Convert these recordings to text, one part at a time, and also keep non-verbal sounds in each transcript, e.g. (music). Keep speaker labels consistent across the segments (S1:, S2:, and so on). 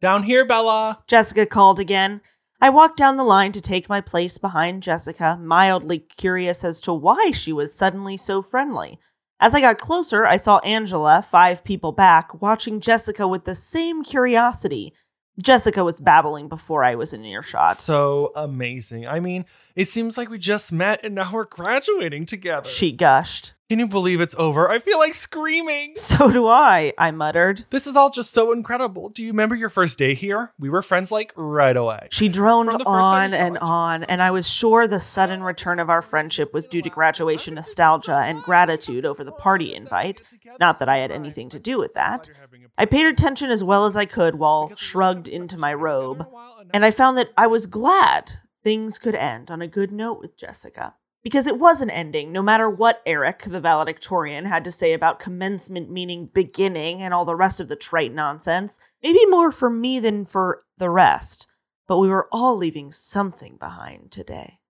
S1: Down here, Bella.
S2: Jessica called again. I walked down the line to take my place behind Jessica, mildly curious as to why she was suddenly so friendly. As I got closer, I saw Angela, five people back, watching Jessica with the same curiosity. Jessica was babbling before I was in earshot.
S1: So amazing. I mean, it seems like we just met and now we're graduating together.
S2: she gushed.
S1: Can you believe it's over? I feel like screaming.
S2: So do I, I muttered.
S1: This is all just so incredible. Do you remember your first day here? We were friends like right away.
S2: She droned
S1: From the first time
S2: on
S1: you saw
S2: and
S1: it.
S2: on, and I was sure the sudden return of our friendship was due to graduation nostalgia and gratitude over the party invite. Not that I had anything to do with that. I paid attention as well as I could while shrugged into my robe,
S1: (laughs)
S2: and I found that I was glad things could end on a good note with Jessica. Because it was an ending, no matter what Eric, the valedictorian, had to say about commencement meaning beginning and all the rest of the trite nonsense. Maybe more for me than for the rest but we were all leaving something behind today.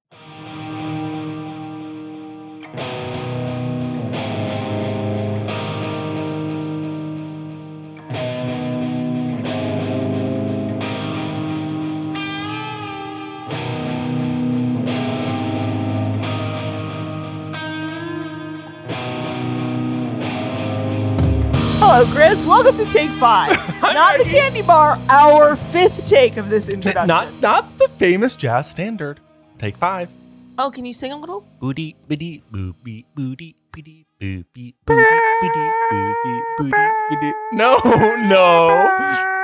S2: Hello, Chris. Welcome to Take
S1: (laughs)
S2: Five.
S1: Hi,
S2: Not the
S1: Maggie.
S2: candy bar, our fifth take of this introduction.
S1: Not not the famous jazz standard. Take five.
S2: Oh, can you sing a little?
S3: Booty, booty, booby, booty, booty, booby, booty, booty, booby, booty, booty.
S1: No, no.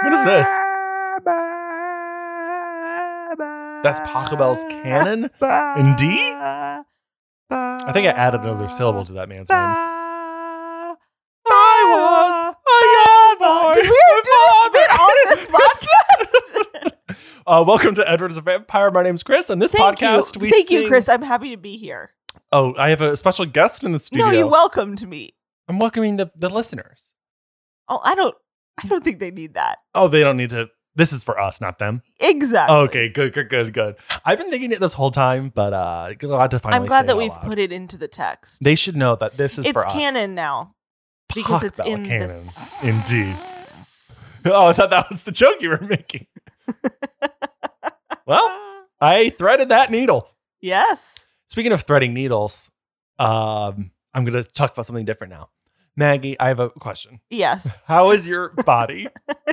S1: What is this? That's Pachelbel's canon in D? I think I added another syllable to that man's name. I was a young boy.
S2: Did we do this bit on (laughs) this podcast?
S1: (laughs) Uh, welcome to Edward's Vampire. My name's Chris, and this
S2: Thank
S1: podcast
S2: you.
S1: we
S2: Thank you,
S1: sing-
S2: Chris. I'm happy to be here.
S1: Oh, I have a special guest in the studio.
S2: No, you welcomed me.
S1: I'm welcoming the, the listeners.
S2: Oh, I don't. I don't think they need that.
S1: Oh, they don't need to. This is for us, not them.
S2: Exactly.
S1: Okay, good, good, good, good. I've been thinking it this whole time, but uh, glad to finally.
S2: I'm glad
S1: say
S2: that
S1: it
S2: we've
S1: out loud.
S2: put it into the text.
S1: They should know that this is
S2: it's
S1: for us.
S2: canon now because it's
S1: Pachelbel
S2: in the
S1: canon,
S2: s-
S1: indeed. Oh, I thought that was the joke you were
S2: (laughs)
S1: making. well, I threaded that needle.
S2: Yes.
S1: Speaking of threading needles, um, I'm going to talk about something different now. Maggie, I have a question. (laughs)
S2: Yes.
S1: How is your
S2: (laughs)
S1: body?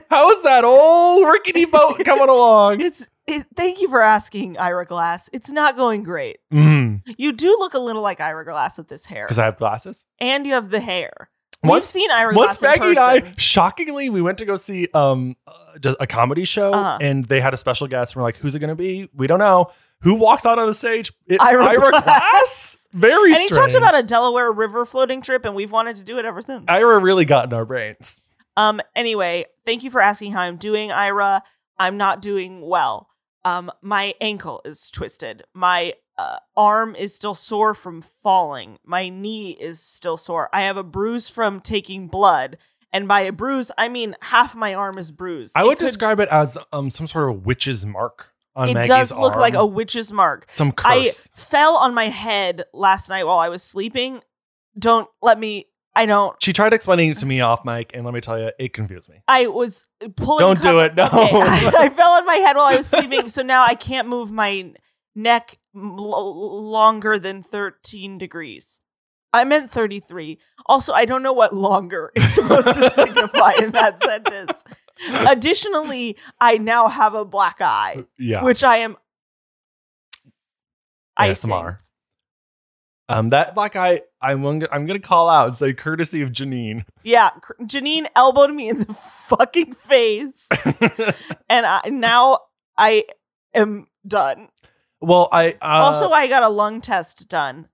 S1: How is that old rickety boat coming
S2: (laughs)
S1: along?
S2: It's. It, thank you for asking, Ira Glass. It's not going great.
S1: Because
S2: You do look a little like Ira Glass with this hair,
S1: I have glasses.
S2: and you have the hair. We've
S1: Once,
S2: seen Ira
S1: once
S2: Glass
S1: Maggie
S2: in
S1: and I, (laughs)
S2: person.
S1: shockingly, we went to go see um uh, just a comedy show,
S2: Uh-huh.
S1: and they had a special guest. And we're like, "Who's it going to be? We don't know." Who walks out on the stage? It-
S2: Ira Glass.
S1: Very
S2: and he
S1: strange.
S2: talked about a Delaware River floating trip, and we've wanted to do it ever since.
S1: Ira really got in our brains.
S2: Um. Anyway, thank you for asking how I'm doing, Ira. I'm not doing well. Um. My ankle is twisted. My uh, arm is still sore from falling. My knee is still sore. I have a bruise from taking blood, and by a bruise, I mean half my arm is bruised.
S1: I
S2: It
S1: would
S2: could-
S1: describe it as um some sort of witch's mark on
S2: It
S1: Maggie's
S2: does look like a
S1: arm.
S2: witch's mark.
S1: some curse.
S2: I fell on my head last night while I was sleeping. Don't let me. I don't.
S1: she tried explaining it to me off mic, and let me tell you, it confused me.
S2: I was pulling.
S1: Don't do
S2: cover-
S1: it, (laughs) no.
S2: Okay, (laughs) I, I fell on my head while I was sleeping, so now I can't move my neck m- l- longer than thirteen degrees. I meant thirty-three. Also, I don't know what "longer" is supposed to signify
S1: (laughs)
S2: in that sentence. Additionally, I now have a black eye,
S1: Yeah,
S2: which I am. icing.
S1: ASMR. Um, that black guy, I'm gonna, I'm gonna call out and say, courtesy of Janine.
S2: Yeah, Cr- Janine elbowed me in the (laughs)
S1: (laughs)
S2: fucking face, and I, now I am done.
S1: well, I uh,
S2: also, I got a lung test done.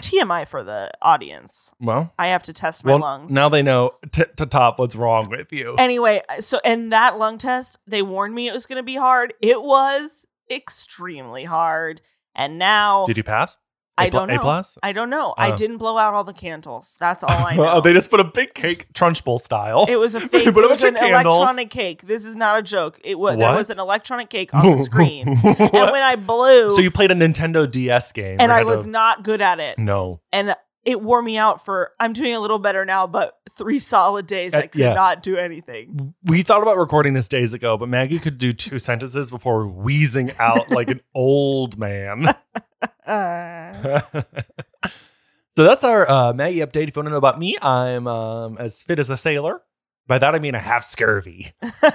S2: TMI for the audience.
S1: well,
S2: I have to test my
S1: well,
S2: lungs.
S1: now they know t- to top what's wrong with you.
S2: Anyway, uh, so and that lung test, they warned me it was going to be hard. It was extremely hard, and now
S1: Did you pass?
S2: I
S1: A pl-
S2: don't know.
S1: A plus.
S2: I don't know. I
S1: Oh.
S2: didn't blow out all the candles. That's
S1: (laughs)
S2: all I know.
S1: oh, they just put a big cake, Trunchbull (laughs) style.
S2: It was a
S1: They
S2: fake. It
S1: put a
S2: was an
S1: bunch of candles.
S2: electronic cake. This is not a joke. It was there
S1: What?
S2: was an electronic
S1: (laughs)
S2: cake on the screen.
S1: What?
S2: and when I blew
S1: so you played a Nintendo DS game,
S2: and
S1: or
S2: I
S1: had
S2: was
S1: to-
S2: not good at it.
S1: no.
S2: And it wore me out for I'm doing a little better now, but three solid days
S1: Uh,
S2: I could
S1: yeah.
S2: not do anything.
S1: we thought about recording this days ago, but Maggie could do two (laughs) sentences before wheezing out like
S2: (laughs)
S1: an old man.
S2: Uh,
S1: (laughs) so that's our uh, Maggie update. If you want to know about me, I'm um, as fit as a sailor. By that I mean I have scurvy.
S2: (laughs)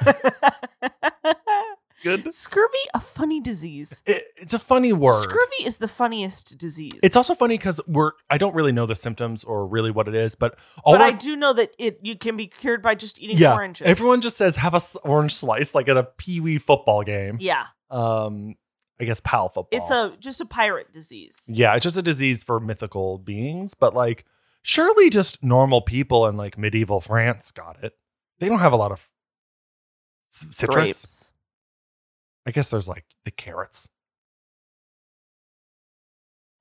S1: Good.
S2: scurvy, a funny disease.
S1: It, it's a funny word.
S2: Scurvy is the funniest disease.
S1: It's also funny because we're I don't really know the symptoms or really what it is, but all
S2: but
S1: I
S2: I do know that it you can be cured by just eating
S1: yeah,
S2: oranges.
S1: everyone just says have a s- orange slice like at a pee wee football game.
S2: yeah,
S1: Um, I guess pal football.
S2: it's a just a pirate disease.
S1: Oh. Yeah, it's just a disease for mythical beings, but like surely just normal people in like medieval France got it. They don't have a lot of c- citrus.
S2: Grapes.
S1: I guess there's like the carrots.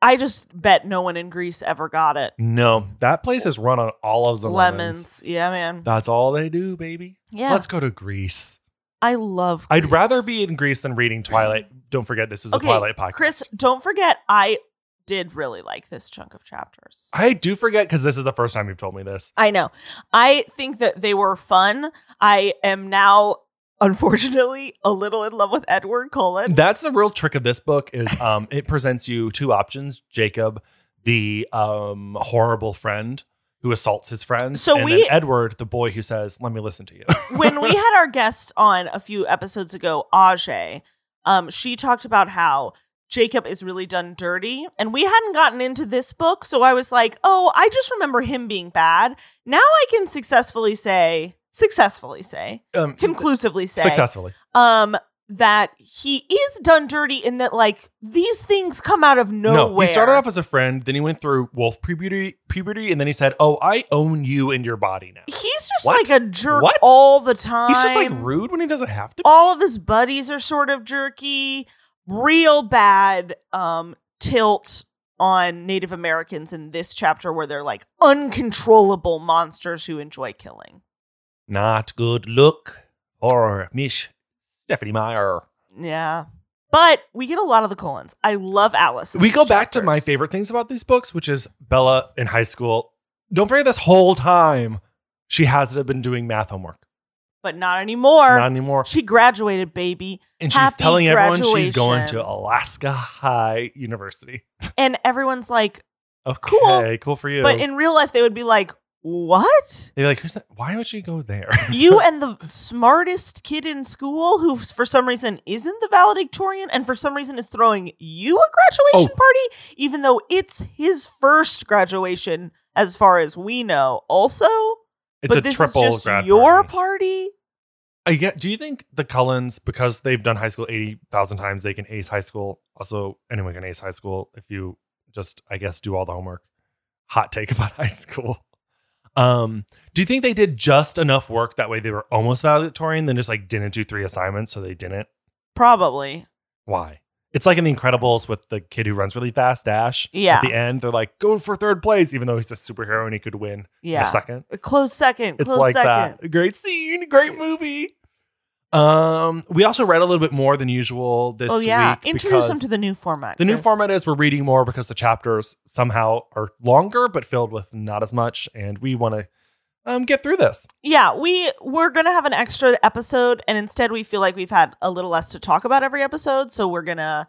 S2: I just bet no one in Greece ever got it.
S1: No, that place is run on olives and lemons.
S2: Lemons. yeah, man.
S1: That's all they do, baby.
S2: Yeah,
S1: Let's go to Greece.
S2: I love.
S1: I'd
S2: Greece.
S1: rather be in Greece than reading Twilight. Don't forget this is
S2: Okay,
S1: a Twilight podcast.
S2: Chris. Don't forget, I did really like this chunk of chapters.
S1: I do forget because this is the first time you've told me this.
S2: I know. I think that they were fun. I am now, unfortunately, a little in love with Edward Cullen.
S1: That's the real trick of this book
S2: (laughs)
S1: is um it presents you two options, Jacob, the um horrible friend who assaults his friend,
S2: So
S1: and
S2: we-
S1: then Edward, the boy who says, "Let me listen to
S2: (laughs)
S1: you." (laughs)
S2: when we had our guest on a few episodes ago, Ajay, um, she talked about how Jacob is really done dirty. And we hadn't gotten into this book. So I was like, oh, I just remember him being bad. Now I can successfully say, successfully say,
S1: Um
S2: conclusively say,
S1: successfully.
S2: um, that he is done dirty in that, like, these things come out of nowhere.
S1: No, he started off as a friend, then he went through wolf puberty, puberty, and then he said, "Oh, I own you and your body now."
S2: He's just
S1: What?
S2: like a jerk
S1: What?
S2: all the time.
S1: He's just like rude when he doesn't have to. be.
S2: all of his buddies are sort of jerky real bad um tilt on native americans in this chapter where they're like uncontrollable monsters who enjoy killing
S1: Not good look or Mish Stephanie Meyer.
S2: yeah but we get a lot of the colons i love alice in
S1: we
S2: these
S1: go back to
S2: chapters.
S1: my favorite things about these books, which is Bella in high school. Don't forget this whole time she hasn't been doing math homework.
S2: but not anymore
S1: Not anymore.
S2: she graduated baby
S1: And she's
S2: Happy
S1: telling everyone she's going
S2: graduation.
S1: to Alaska High University.
S2: and everyone's like
S1: Okay,
S2: Cool.
S1: cool, for you.
S2: but in real life they would be like what
S1: They're like, Who's that? why would she go there? (laughs)
S2: you and the smartest kid in school who for some reason isn't the valedictorian and for some reason is throwing you a
S1: Oh.
S2: graduation party even though it's his first graduation as far as we know also
S1: It's
S2: but
S1: a
S2: this
S1: triple
S2: is just
S1: grad
S2: your
S1: party.
S2: party,
S1: I get, Uh, do you think the Cullens, because they've done high school 80,000 times, they can ace high school? Also, anyone can ace high school if you just, I guess, do all the homework. Hot take (laughs) about high school. Um, do you think they did just enough work that way they were almost valedictorian, then just like didn't do three assignments, so they didn't?
S2: probably
S1: Why? It's like in The Incredibles with the kid who runs really fast, Dash.
S2: Yeah.
S1: At the end, they're like, go for third place, even though he's a superhero and he could win in a
S2: yeah
S1: second.
S2: a close second
S1: It's
S2: close
S1: like
S2: second
S1: that. Great scene, great movie. Um, we also read a little bit more than usual this
S2: oh yeah
S1: week.
S2: introduce them to the new format
S1: the new
S2: Chris.
S1: format is we're reading more because the chapters somehow are longer but filled with not as much, and we want to um get through this.
S2: Yeah, we we're gonna have an extra episode, and instead we feel like we've had a little less to talk about every episode, so we're gonna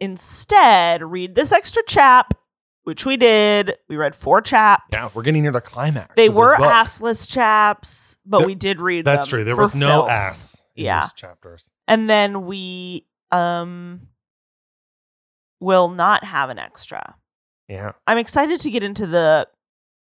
S2: instead read this extra chap, which we did. We read four chaps.
S1: Yeah, we're getting near the climax.
S2: They
S1: of this
S2: were
S1: book.
S2: assless chaps, but
S1: There-
S2: we did read.
S1: That's
S2: them
S1: true. There
S2: for
S1: was no
S2: filth.
S1: ass. In
S2: Yeah.
S1: These chapters.
S2: And then we um will not have an extra.
S1: Yeah.
S2: I'm excited to get into the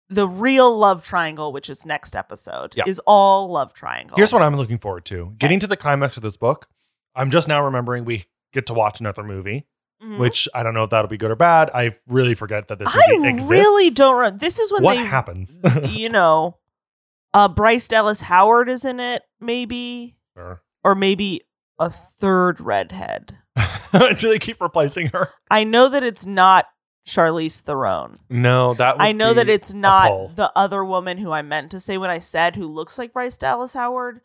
S2: the real love triangle, which is next episode.
S1: Yeah.
S2: Is all love triangle.
S1: Here's what I'm looking forward to: getting to the climax of this book. I'm just now remembering we get to watch another movie,
S2: Mhm.
S1: which I don't know if that'll be good or bad. I really forget that this movie
S2: I
S1: exists.
S2: really don't. Re- this is when
S1: what (laughs)
S2: they, (laughs)
S1: happens?
S2: you know, uh, Bryce Dallas Howard is in it, maybe, or maybe a third redhead.
S1: Do they keep replacing her?
S2: I know that it's not Charlize Theron.
S1: No, that would
S2: I know
S1: be-
S2: that it's
S1: poll.
S2: not the other woman who I meant to say when I said who looks like Bryce Dallas Howard.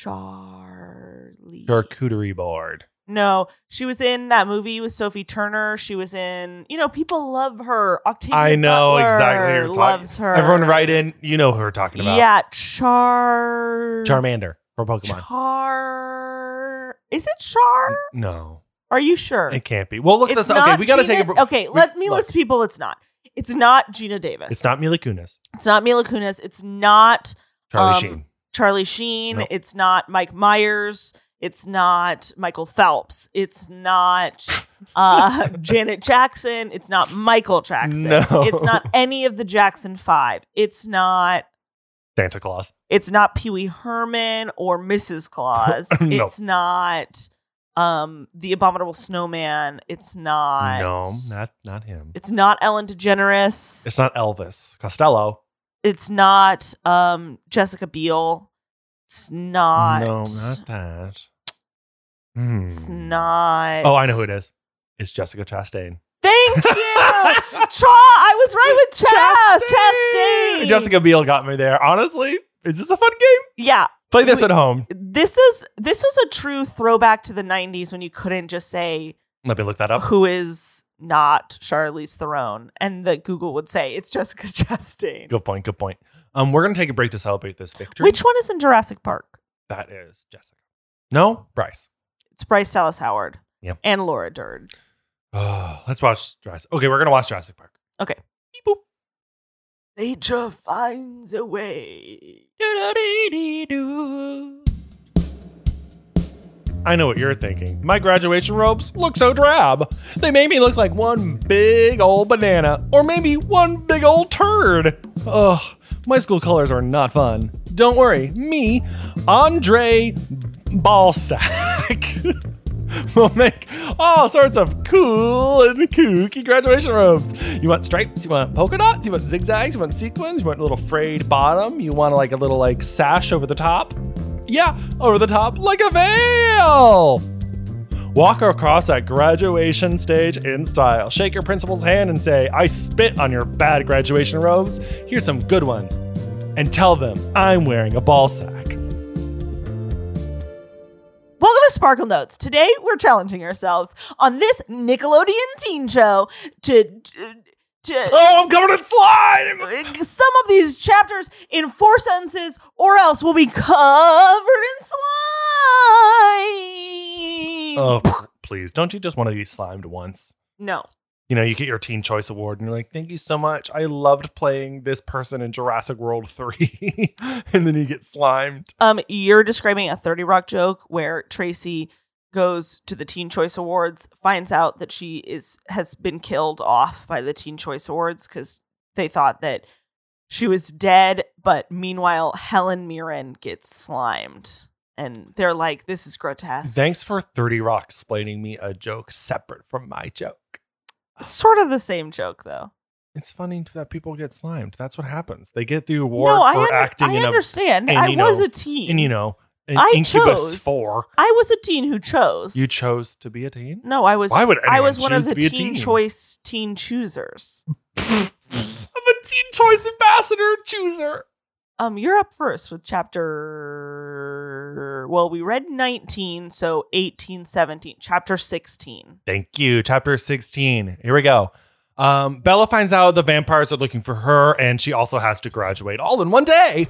S2: Charlie.
S1: charcuterie board.
S2: No, she was in that movie with Sophie Turner. She was in, you know, people love her. Octavia
S1: I know
S2: Butler
S1: exactly who you're talking-
S2: loves her.
S1: Everyone write in. You know who we're talking about.
S2: Yeah, Char.
S1: Charmander from Pokemon.
S2: Char. Is it Char?
S1: No,
S2: Are you sure?
S1: it can't be. Well, look
S2: It's
S1: this up. Okay,
S2: not
S1: we got to take a
S2: Gina-
S1: break.
S2: Okay,
S1: We-
S2: let me
S1: look.
S2: list people. It's not. It's not Gina Davis.
S1: It's not Mila Kunis.
S2: It's not Mila Kunis. It's not
S1: Charlie
S2: Um,
S1: Sheen.
S2: Charlie Sheen.
S1: Nope.
S2: It's not Mike Myers. It's not Michael Phelps. It's not
S1: (laughs)
S2: uh, Janet Jackson. It's not Michael Jackson.
S1: No.
S2: It's not any of the Jackson Five. It's not.
S1: Santa Claus.
S2: It's not Pee Wee Herman or Mrs. Claus.
S1: (laughs) No.
S2: It's not um, the Abominable Snowman. It's not.
S1: No, not not him.
S2: It's not Ellen
S1: (laughs)
S2: DeGeneres.
S1: It's not Elvis Costello.
S2: It's not um Jessica Biel. It's not.
S1: No, not that. Hmm.
S2: It's not.
S1: Oh, I know who it is. It's Jessica Chastain. (laughs)
S2: Thank you, Cha. I was right with Cha. Chastain.
S1: Jessica Biel got me there. Honestly, is this a fun game?
S2: Yeah,
S1: Play this
S2: Wait.
S1: at home.
S2: this is this was a true throwback to the '90s when you couldn't just say
S1: Let me look that up.
S2: who is not Charlize Theron, and that Google would say it's Jessica (laughs) Chastain.
S1: Good point. Good point. Um, we're gonna take a break to celebrate this victory.
S2: Which one is in Jurassic Park?
S1: that is Jessica. No, Bryce. (sighs)
S2: It's Bryce Dallas Howard.
S1: Yep.
S2: And Laura Dern.
S1: Oh, let's watch Jurassic. Okay, we're gonna watch Jurassic Park.
S2: Nature finds a way.
S1: I know what you're thinking. My graduation robes look so drab. They made me look like one big old banana, or maybe one big old turd. Ugh, my school colors are not fun. Don't worry, me, Andre (laughs) Ballsack. We'll make all sorts of cool and kooky graduation robes. You want stripes? You want polka dots? You want zigzags? You want sequins? You want a little frayed bottom? You want like a little like sash over the top? Yeah, over the top like a veil. Walk across that graduation stage in style. Shake your principal's hand and say, "I spit on your bad graduation robes. Here's some good ones." And tell them I'm wearing a ball sack.
S2: Welcome to Sparkle Notes. Today we're challenging ourselves on this Nickelodeon teen show to to, to
S1: Oh, I'm coming in slide.
S2: some of these chapters in four sentences, or else we'll be covered in slime.
S1: Oh, please. Don't you just want to be slimed once?
S2: No,
S1: You know, you get your Teen Choice Award and you're like, thank you so much. I loved playing this person in Jurassic World 3. (laughs) and then you get slimed.
S2: um, you're describing a Thirty Rock joke where Tracy goes to the Teen Choice Awards, finds out that she is has been killed off by the Teen Choice Awards because they thought that she was dead, but meanwhile Helen Mirren gets slimed, and they're like, "This is grotesque."
S1: Thanks for 30 Rock explaining me a joke separate from my joke.
S2: sort of the same joke, though.
S1: It's funny that people get slimed. That's what happens. They get the award
S2: no, I,
S1: for
S2: under-
S1: acting
S2: I
S1: in a
S2: understand.
S1: and,
S2: I
S1: you
S2: was
S1: know,
S2: a teen.
S1: in, you know, in
S2: I
S1: Incubus
S2: chose.
S1: 4.
S2: I was a teen who chose.
S1: You chose to be a teen?
S2: no, I was.
S1: Why would anyone
S2: I was one of
S1: choose
S2: the
S1: to be a
S2: teen,
S1: teen?
S2: choice teen choosers.
S1: (laughs) I'm a Teen Choice ambassador chooser.
S2: Um, you're up first with chapter. Well, we read 19, so 18, 17, chapter 16.
S1: Thank you. Chapter 16. Here we go. Um, Bella finds out the vampires are looking for her, and she also has to graduate all in one day.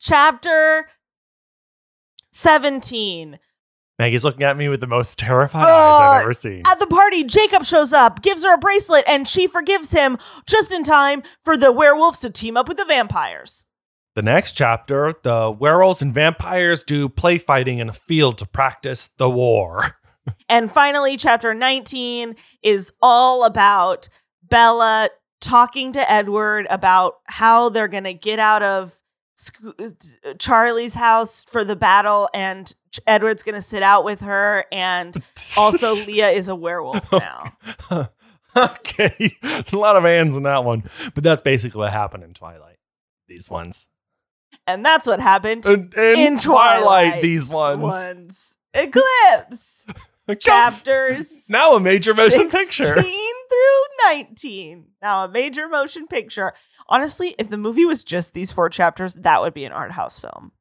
S2: Chapter 17.
S1: Maggie's looking at me with the most terrified eyes
S2: Uh,
S1: I've ever seen.
S2: At the party, Jacob shows up, gives her a bracelet, and she forgives him just in time for the werewolves to team up with the vampires.
S1: The next chapter, the werewolves and vampires do play fighting in a field to practice the war.
S2: And finally, chapter 19 is all about Bella talking to Edward about how they're going to get out of sc- Charlie's house for the battle, and Ch- Edward's going to sit out with her.
S1: (laughs)
S2: And also, Leah is a werewolf now.
S1: okay, a lot of hands in that one, but that's basically what happened in Twilight. These ones
S2: And that's what happened
S1: in, in
S2: in Twilight.
S1: These ones.
S2: ones. Eclipse
S1: (laughs)
S2: chapters.
S1: Now a major motion
S2: 16
S1: picture.
S2: through 19. Now a major motion picture. Honestly, if the movie was just these four chapters, that would be an art house
S1: (laughs)
S2: (laughs) film.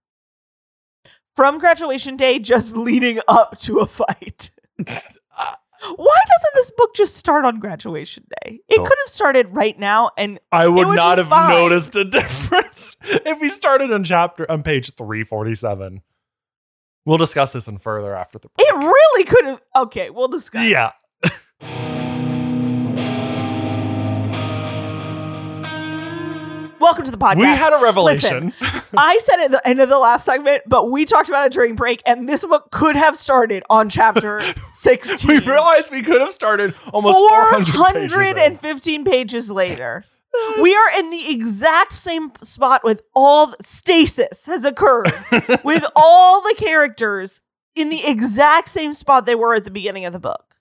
S2: From graduation day, just leading up to a fight. Why doesn't this book just start on graduation day? It
S1: Oh.
S2: could have started right now and
S1: I
S2: It
S1: would,
S2: would be
S1: not have
S2: fine.
S1: noticed a (laughs) difference if we started on chapter on page 347. We'll discuss this one further after the
S2: it really could have Okay, we'll discuss.
S1: Yeah.
S2: Welcome to the podcast.
S1: We had a revelation.
S2: I said it at the end of the last segment, but we talked about it during break, and this book could have started
S1: (laughs)
S2: on chapter 16.
S1: we realized we could have started almost 400, pages in.
S2: 415 pages later.
S1: (laughs)
S2: We are in the exact same spot with all the, stasis
S1: (laughs)
S2: has occurred with all the characters in the exact same spot they were at the beginning of the book.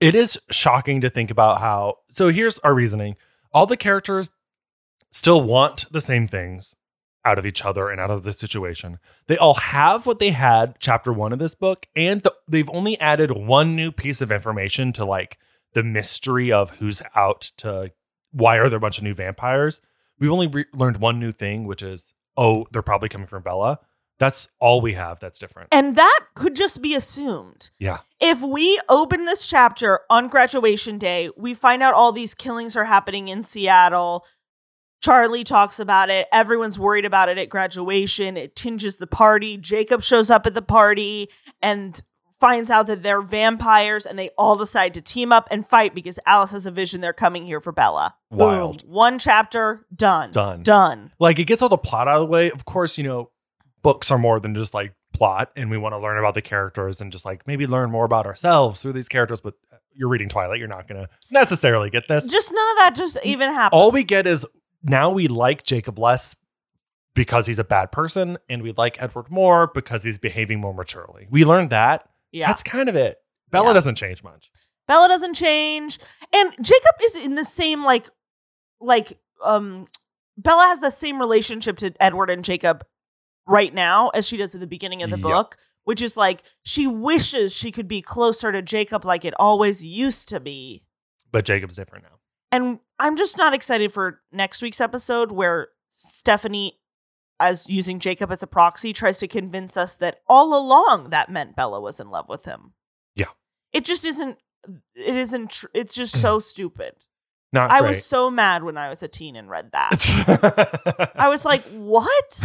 S1: it is shocking to think about how so here's our reasoning all the characters still want the same things out of each other and out of the situation they all have what they had chapter one of this book and th- they've only added one new piece of information to like the mystery of who's out to why are there a bunch of new vampires we've only re- learned one new thing which is oh they're probably coming from bella that's all we have that's different
S2: And that could just be assumed.
S1: Yeah.
S2: If we open this chapter on graduation day, we find out all these killings are happening in Seattle. Charlie talks about it. Everyone's worried about it at graduation. It tinges the party. Jacob shows up at the party and finds out that they're vampires and they all decide to team up and fight because Alice has a vision they're coming here for Bella. Boom.
S1: Wild.
S2: One chapter, done.
S1: Done.
S2: Done.
S1: like it gets all the plot out of the way. Of course, you know, books are more than just like plot, and we want to learn about the characters and just like maybe learn more about ourselves through these characters. But uh, you're reading Twilight, you're not gonna necessarily get this.
S2: Just none of that just even happened.
S1: All we get is now we like Jacob less because he's a bad person, and we like Edward more because he's behaving more maturely. We learned that.
S2: yeah.
S1: That's kind of it. Bella
S2: Yeah.
S1: doesn't change much.
S2: Bella doesn't change, and Jacob is in the same like, like um, Bella has the same relationship to Edward and Jacob right now as she does at the beginning of the
S1: Yeah.
S2: book, which is like she wishes she could be closer to Jacob like it always used to be.
S1: But Jacob's different now.
S2: And I'm just not excited for next week's episode where Stephanie, as using Jacob as a proxy, tries to convince us that all along that meant Bella was in love with him.
S1: Yeah.
S2: It just isn't. It isn't. Tr- it's
S1: (clears throat)
S2: just so stupid.
S1: Not
S2: I
S1: great.
S2: was so mad when I was a teen and read
S1: (laughs)
S2: that. I was like, what?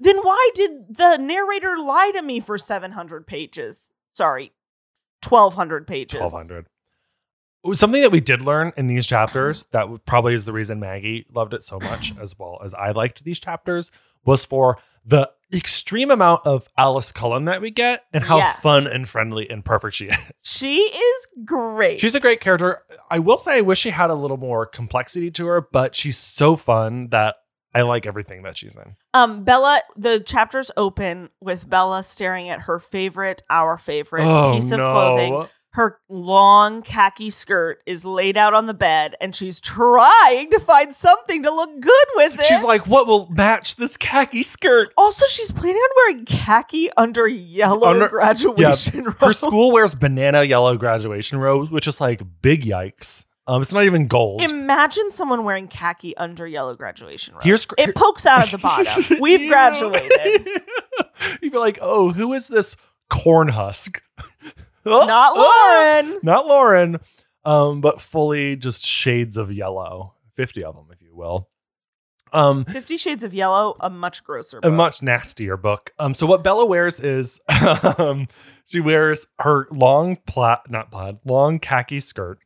S2: then why did the narrator lie to me for 700 pages? Sorry, 1,200 pages.
S1: 1200 Oh, something that we did learn in these
S2: Uh-huh.
S1: chapters that w- probably is the reason maggie loved it so much as well as i liked these chapters was for the extreme amount of alice cullen that we get and how
S2: Yes.
S1: fun and friendly and perfect she is
S2: She is great.
S1: she's a great character i will say i wish she had a little more complexity to her but she's so fun that i like everything that she's in
S2: Um, Bella, the chapters open with Bella staring at her favorite, our favorite
S1: Oh,
S2: piece of clothing. Her long khaki skirt is laid out on the bed, and she's trying to find something to look good with it.
S1: she's like what will match this khaki skirt
S2: also, she's planning on wearing khaki under yellow
S1: Under-
S2: graduation
S1: her
S2: robe.
S1: school wears banana yellow graduation robes, which is like big yikes. Um, it's not even gold.
S2: Imagine someone wearing khaki under yellow graduation robe.
S1: Here's-
S2: it pokes out
S1: (laughs)
S2: at the bottom. We've
S1: Ew.
S2: graduated.
S1: You'd be like, oh, who is this corn (laughs) husk? (laughs) Oh,
S2: Not
S1: oh,
S2: Lauren.
S1: (laughs) not Lauren. Um, but fully just shades of yellow, fifty of them, if you will. Um,
S2: Fifty Shades of Yellow, a much grosser.
S1: a
S2: book.
S1: much nastier book. Um, so what Bella wears is (laughs) um, she wears her long plaid, not plaid, long khaki skirt.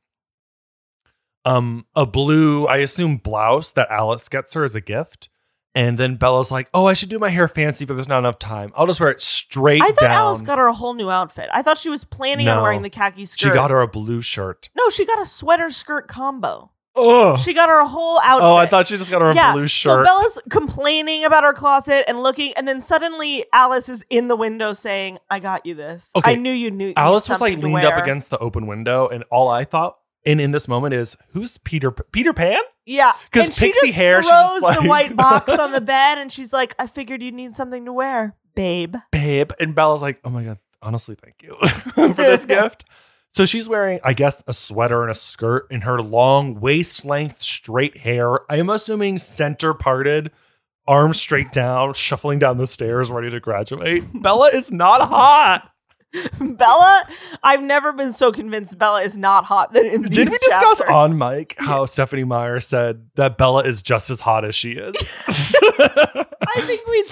S1: Um, a blue, I assume, blouse that Alice gets her as a gift. And then Bella's like, "Oh, I should do my hair fancy, but there's not enough time. I'll just wear it straight
S2: I thought
S1: down."
S2: Alice got her a whole new outfit. I thought she was planning on
S1: No.
S2: wearing the khaki
S1: she
S2: skirt.
S1: got her a blue shirt.
S2: No, she got a sweater skirt combo.
S1: Oh,
S2: She got her a whole outfit.
S1: oh, I thought she just got her a blue
S2: So
S1: shirt.
S2: Bella's complaining about her closet and looking, and then suddenly Alice is in the window saying, "I got you this.
S1: Okay.
S2: I knew you knew." you
S1: Alice
S2: needed
S1: was like
S2: something to
S1: leaned up
S2: wear."
S1: against the open window, and all I thought, and in this moment, is who's Peter? Peter Pan?
S2: Yeah,
S1: 'Cause
S2: And she
S1: pixie
S2: just
S1: hair, she's just
S2: Throws the
S1: like-
S2: white box
S1: (laughs)
S2: on the bed, and she's like, "I figured you would need something to wear, babe." (laughs)
S1: babe. And Bella's like, oh my God, honestly, thank you (laughs) for
S2: (laughs)
S1: this gift. So she's wearing, I guess, a sweater and a skirt and her long waist length straight hair. I'm assuming center parted,
S2: (laughs)
S1: arms straight down, shuffling down the stairs, ready to graduate. Bella is not hot.
S2: Bella, I've never been so convinced Bella is not hot than in these
S1: Did we discuss
S2: chapters.
S1: on mic how Stephanie Meyer said that Bella is just as hot as she
S2: (laughs)
S1: is? (laughs)
S2: I think we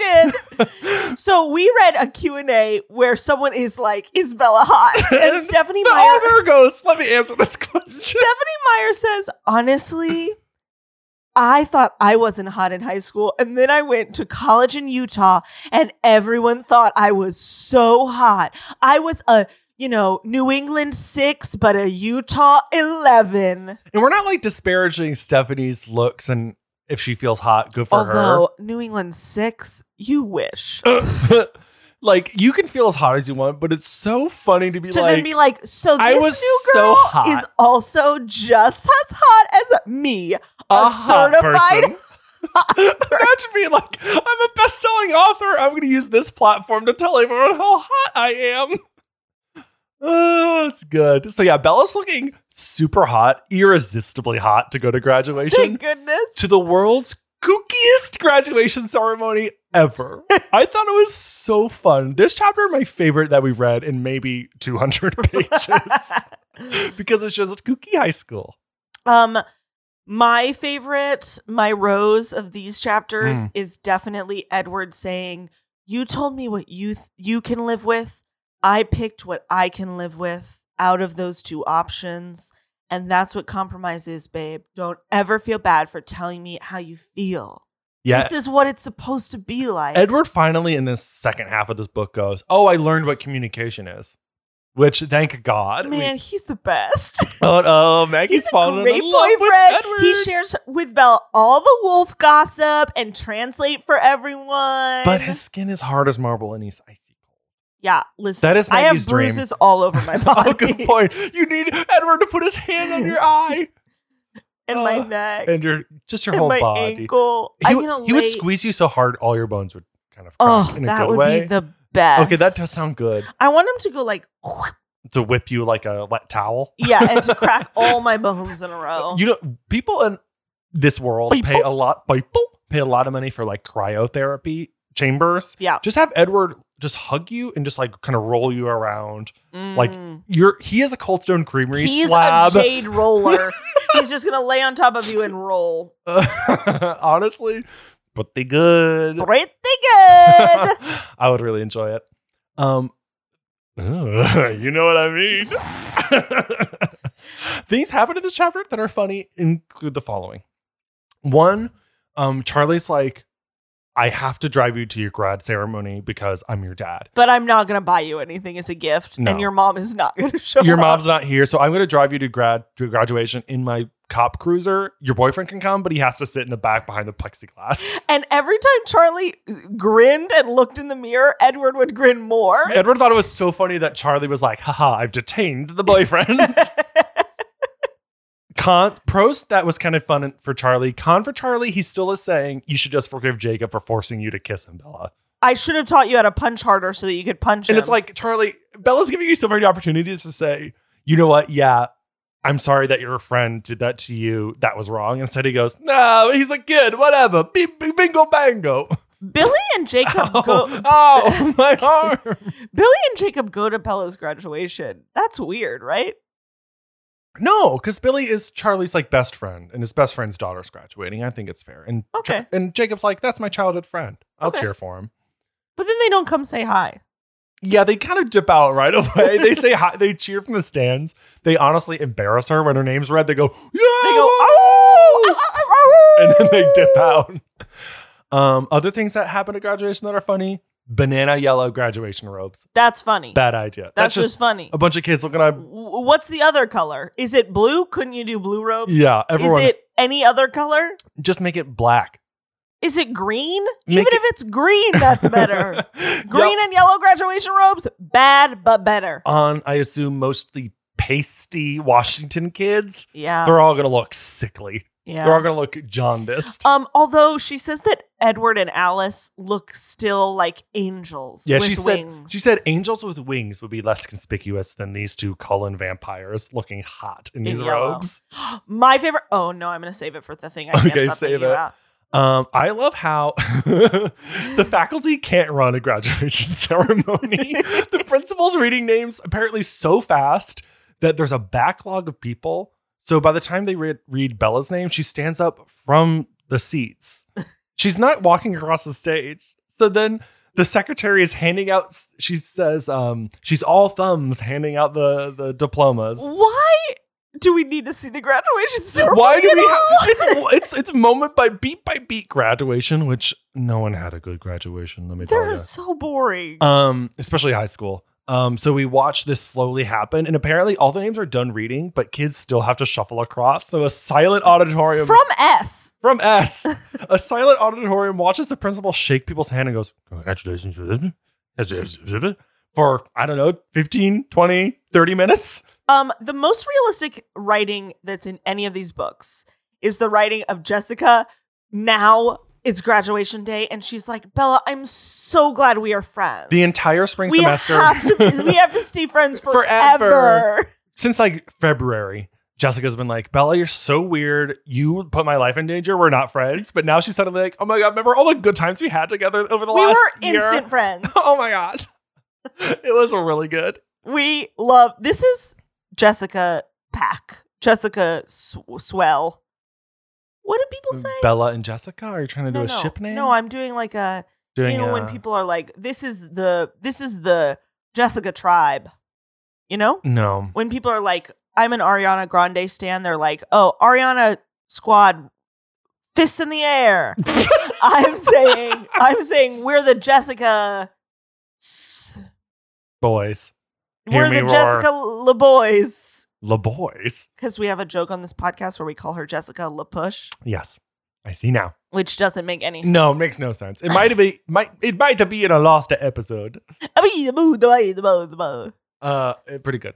S2: did. so we read a Q&A where someone is like, is Bella (laughs) hot? And Stephanie
S1: the
S2: Meyer
S1: author goes, let me answer this (laughs) question.
S2: Stephanie Meyer says, honestly, I thought I wasn't hot in high school. And then I went to college in Utah and everyone thought I was so hot. I was a, you know, New England six, but a Utah 11.
S1: And we're not like disparaging Stephanie's looks and if she feels hot, good for
S2: Although, New England six, you wish.
S1: her. (laughs) like you can feel as hot as you want, but it's so funny to be
S2: To
S1: like
S2: then be like, so this
S1: I was
S2: new
S1: so
S2: girl
S1: hot.
S2: is also just as hot as me.
S1: a
S2: a
S1: hot
S2: certified (laughs)
S1: person. Imagine being like, I'm a best-selling author. I'm going to use this platform to tell everyone how hot I am. (sighs) Oh, it's good. So yeah, Bella's looking super hot, irresistibly hot to go to graduation.
S2: Thank goodness.
S1: to the world's kookiest graduation ceremony
S2: (laughs)
S1: ever. I thought it was so fun. This chapter, my favorite that we've read in maybe
S2: (laughs)
S1: 200 pages because it's just kooky high school.
S2: Um, my favorite, my rose of these chapters
S1: Mm.
S2: is definitely Edward saying, "You told me what you th- you can live with. I picked what I can live with out of those two options, and that's what compromise is, babe. Don't ever feel bad for telling me how you feel.
S1: Yeah.
S2: This is what it's supposed to be like."
S1: Edward finally in this second half of this book goes, Oh, I learned what communication is. Which thank God. we-
S2: Man, he's the best.
S1: oh, oh, (laughs) Maggie's
S2: He's a
S1: falling in
S2: great
S1: love with
S2: boyfriend.
S1: Edward.
S2: He shares with Belle all the wolf gossip and translate for everyone.
S1: but his skin is hard as marble and he's icy cold.
S2: Yeah, listen.
S1: That is
S2: I have
S1: Maggie's dream.
S2: bruises all over
S1: (laughs)
S2: my
S1: Oh,
S2: body
S1: good point. You need Edward to put his hand
S2: (laughs)
S1: on your eye
S2: and my
S1: Ugh.
S2: neck
S1: and your just your
S2: and
S1: whole
S2: my
S1: body.
S2: ankle.
S1: He,
S2: I'm
S1: would-
S2: gonna
S1: he
S2: lay-
S1: would squeeze you so hard, all your bones would kind of crack
S2: Oh,
S1: in a
S2: that
S1: good
S2: would
S1: way.
S2: be the best.
S1: okay, that does sound good
S2: I want him to go like,
S1: to whip you like a wet towel.
S2: yeah, and
S1: (laughs)
S2: to crack all my bones in a row.
S1: You know, people in this world pay a lot, people pay a lot of money for like cryotherapy chambers.
S2: yeah,
S1: Just have Edward just hug you and just like kind of roll you around. like,
S2: Mm.
S1: You're he is a Cold Stone Creamery
S2: he's
S1: slab.
S2: a jade roller. He's just gonna lay on top of you and
S1: (laughs)
S2: roll.
S1: (laughs) Honestly, pretty good.
S2: Pretty good.
S1: (laughs) I would really enjoy it. Um, (laughs) you know what I mean. (laughs) Things happen in this chapter that are funny. Include the following: one, um, Charlie's like, "I have to drive you to your grad ceremony because I'm your dad.
S2: But I'm not gonna buy you anything as a gift,
S1: No.
S2: and your mom is not gonna show (laughs)
S1: Your
S2: up.
S1: mom's not here, so I'm going to drive you to grad to graduation in my cop cruiser. Your boyfriend can come, but he has to sit in the back behind the plexiglass."
S2: (laughs) And every time Charlie grinned and looked in the mirror, Edward would grin more.
S1: Edward thought it was so funny that Charlie was like, haha, I've detained the boyfriend. Con pros that was kind of fun for Charlie. Con for Charlie, he still is saying you should just forgive Jacob for forcing you to kiss him, Bella.
S2: (laughs) I should have taught you how to punch harder so that you could punch
S1: And
S2: him.
S1: it's like Charlie, Bella's giving you so many opportunities to say, you know what? Yeah, I'm sorry that your friend did that to you. That was wrong. Instead, he goes, no, he's a kid. Whatever. Beep, beep, bingo, bango.
S2: Billy and Jacob
S1: (laughs) Oh,
S2: go.
S1: oh, my (laughs) arm.
S2: Billy and Jacob go to Bella's graduation. That's weird, right?
S1: No, because Billy is Charlie's like best friend, and his best friend's daughter's graduating. I think it's fair. And Cha-
S2: Okay.
S1: and Jacob's like, that's my childhood friend. I'll
S2: Okay.
S1: cheer for him.
S2: But then they don't come say hi.
S1: Yeah, they kind of dip out right (laughs) away. they say hi, they cheer from the stands. They honestly embarrass her when her name's read. They go, yeah,
S2: They go, oh."
S1: oh, and then they dip out. Um, other things that happen at graduation that are funny: banana yellow graduation robes.
S2: That's funny.
S1: Bad idea.
S2: That's, just, funny.
S1: a bunch of kids looking at.
S2: W- What's the other color? Is it blue? Couldn't you do blue robes?
S1: Yeah, everyone
S2: Is it any other color?
S1: just make it black.
S2: Is it green?
S1: Make
S2: Even if it's green,
S1: (laughs)
S2: that's better.
S1: Yep.
S2: Green and yellow graduation robes, bad but better.
S1: on, I assume, mostly pasty Washington kids,
S2: Yeah.
S1: they're all going to look sickly. They're
S2: Yeah.
S1: all going to look jaundiced.
S2: Um, although she says that Edward and Alice look still like angels
S1: yeah,
S2: with
S1: she
S2: wings.
S1: said she said angels with wings would be less conspicuous than these two Cullen vampires looking hot in
S2: In
S1: these
S2: yellow.
S1: robes.
S2: My favorite. Oh no, I'm gonna save it for the thing. I can't
S1: Okay,
S2: stop
S1: save
S2: thinking
S1: it.
S2: about.
S1: Um, I love how (laughs) the faculty can't run a graduation (laughs) ceremony. the principal's reading names apparently so fast that there's a backlog of people. So by the time they read, read Bella's name, she stands up from the seats. She's not walking across the stage. So then the secretary is handing out. She says, um, "She's all thumbs, handing out the the diplomas."
S2: Why do we need to see the graduation ceremony?
S1: Why do
S2: at
S1: we
S2: all?
S1: have
S2: (laughs)
S1: it's, it's it's moment by beat by beat graduation, which no one had a good graduation. Let me tell
S2: They're
S1: you,
S2: so boring.
S1: um, especially high school. Um, so we watch this slowly happen, and apparently all the names are done reading, but kids still have to shuffle across. So a silent auditorium
S2: From S.
S1: from
S2: (laughs)
S1: S, a silent auditorium watches the principal shake people's hand and goes, "Congratulations for this." For I don't know, 15, 20, 30 minutes.
S2: Um, the most realistic writing that's in any of these books is the writing of Jessica. Now it's graduation day, and she's like, Bella, I'm so glad we are friends.
S1: The entire spring
S2: we
S1: semester.
S2: Have to be, we have
S1: (laughs)
S2: to stay friends
S1: Forever.
S2: forever.
S1: since like February, Jessica's been like, Bella, you're so weird. You put my life in danger. We're not friends. But now she's suddenly like, oh my God, remember all the good times we had together over the
S2: We
S1: last
S2: were
S1: year?
S2: instant friends.
S1: (laughs) oh my God. it was really good.
S2: We love this is Jessica Pack. Jessica Sw- Swell. What do people say?
S1: Bella and Jessica, are you trying to do
S2: no,
S1: a
S2: no.
S1: ship name?
S2: No, I'm doing like a
S1: doing
S2: you know when
S1: a-
S2: people are like, this is the this is the Jessica tribe. You know?
S1: No.
S2: (laughs) When people are like, I'm an Ariana Grande stan, they're like, oh, Ariana squad fists in
S1: (laughs)
S2: the air. I'm saying I'm saying we're the Jessica s-
S1: Boys. Hear
S2: we're
S1: me
S2: the
S1: roar.
S2: Jessica LeBoys.
S1: La boys.
S2: Because we have a joke on this podcast where we call her Jessica LaPush,
S1: Yes. I see now.
S2: which doesn't make any sense.
S1: No, it makes no sense. It might have been might it might have been a lost episode.
S2: I mean, the boo, the boo, the boo, the boo.
S1: Uh, eh, pretty good.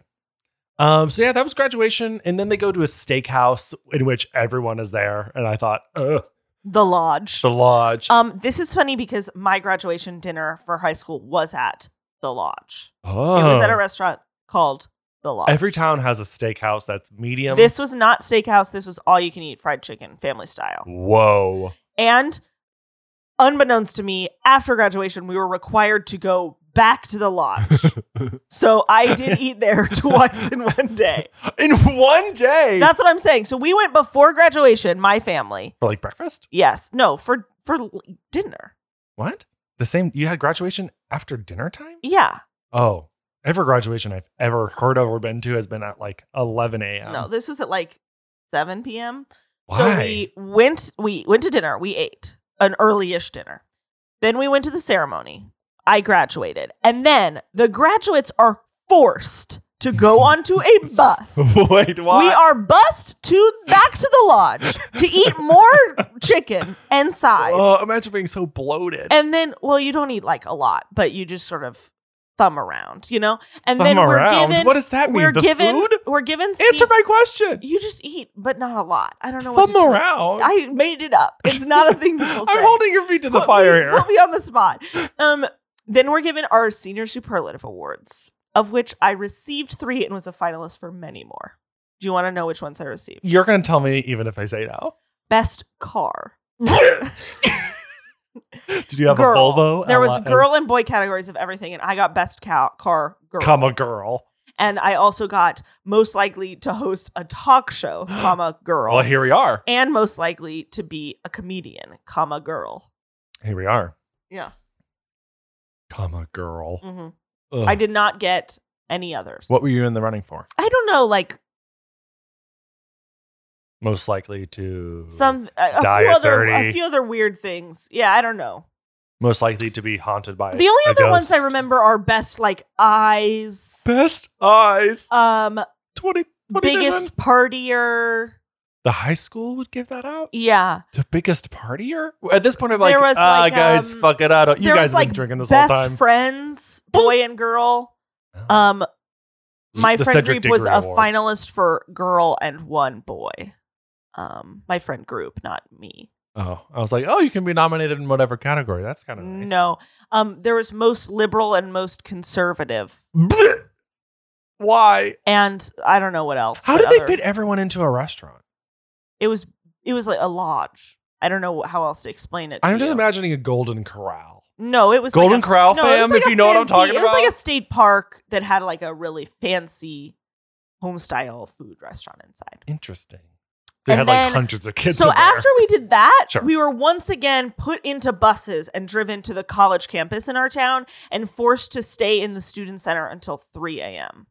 S1: Um, so yeah, that was graduation, and then they go to a steakhouse in which everyone is there, and I thought, ugh,
S2: The lodge.
S1: the lodge.
S2: Um, this is funny because my graduation dinner for high school was at the lodge.
S1: oh.
S2: It was at a restaurant called the lodge.
S1: Every town has a steakhouse that's medium.
S2: this was not steakhouse. This was all you can eat fried chicken, family style.
S1: whoa, (gasps)
S2: And unbeknownst to me, after graduation, we were required to go back to the
S1: (laughs)
S2: lodge. so I did eat there (laughs) twice in one day.
S1: in one day
S2: That's what I'm saying. So we went before graduation, my family.
S1: for like breakfast.
S2: Yes. No, for for l- dinner.
S1: What the same? You had graduation after dinner time?
S2: Yeah.
S1: Oh, every graduation I've ever heard of or been to has been at like eleven a.m.
S2: No, this was at like 7 p.m.
S1: Why?
S2: So we went we went to dinner. We ate an early-ish dinner. Then we went to the ceremony. I graduated. And then the graduates are forced to
S1: (laughs)
S2: go onto a bus.
S1: (laughs) Wait, why?
S2: We are bused to back to the lodge to eat
S1: (laughs)
S2: more chicken and sides.
S1: Oh, imagine being so bloated.
S2: and then well, you don't eat like a lot, but you just sort of thumb around, you know? And
S1: Thumb
S2: then we're
S1: around.
S2: given
S1: what does that mean?
S2: we're
S1: the
S2: given
S1: food?
S2: we're given seats-
S1: Answer my question.
S2: you just eat, but not a lot. I don't know what
S1: Thumb
S2: to do.
S1: around.
S2: I made it up. It's not a thing people say.
S1: (laughs) I'm holding your feet to the
S2: Put
S1: fire
S2: me-
S1: here.
S2: Put me on the spot. Um, then we're given our senior superlative awards, of which I received three and was a finalist for many more. Do you want to know which ones I received?
S1: You're gonna tell me even if I say no.
S2: Best
S1: (laughs)
S2: car.
S1: Did you have
S2: girl.
S1: a Volvo?
S2: There was
S1: LS?
S2: girl and boy categories of everything, and I got best cow- car girl.
S1: comma girl.
S2: And I also got most likely to host a talk show,
S1: (gasps)
S2: comma girl,
S1: Well, here we are.
S2: and most likely to be a comedian, comma girl.
S1: Here we are.
S2: Yeah.
S1: Comma girl.
S2: hmm
S1: Ugh.
S2: I did not get any others.
S1: What were you in the running for?
S2: I don't know, like
S1: Most likely to
S2: some a, a
S1: Die
S2: few
S1: at
S2: other
S1: 30.
S2: a few other weird things. Yeah, I don't know.
S1: Most likely to be haunted by.
S2: The only
S1: a
S2: other ones I
S1: ghost.
S2: remember are best like eyes,
S1: Best eyes.
S2: um,
S1: 20, 20 vision.
S2: biggest partier.
S1: The high school would give that out.
S2: Yeah,
S1: The biggest partier. At this point, I'm
S2: E There
S1: like,
S2: was,
S1: ah,
S2: like,
S1: guys,
S2: um,
S1: fuck it out. You
S2: there
S1: guys
S2: was,
S1: have
S2: like,
S1: been drinking this whole
S2: best
S1: time. Oh.
S2: friends, boy and girl. Um, my
S1: The
S2: friend
S1: Cedric
S2: Group was
S1: Diggory
S2: a
S1: Award.
S2: finalist for girl and one boy. Um, my friend Group, not me.
S1: Oh, I was like, oh, you can be nominated in whatever category. That's kind of nice.
S2: No, um, there was most liberal and most conservative,
S1: Blech! (laughs) Why?
S2: and I don't know what else.
S1: How
S2: but
S1: did they
S2: other-
S1: fit everyone into a restaurant?
S2: it was it was like a lodge. I don't know how else to explain it. To
S1: I'm just
S2: you.
S1: imagining a golden corral.
S2: No, it was like
S1: Golden
S2: a-
S1: Corral,
S2: no, it was
S1: fam,
S2: like
S1: if
S2: a
S1: you know what I'm
S2: fancy-
S1: talking
S2: It was like
S1: about.
S2: a state park that had like a really fancy home style food restaurant inside.
S1: Interesting. They
S2: And
S1: had
S2: then-
S1: like hundreds of kids.
S2: so
S1: in there.
S2: after we did that,
S1: Sure.
S2: we were once again put into buses and driven to the college campus in our town and forced to stay in the student center until 3 a.m.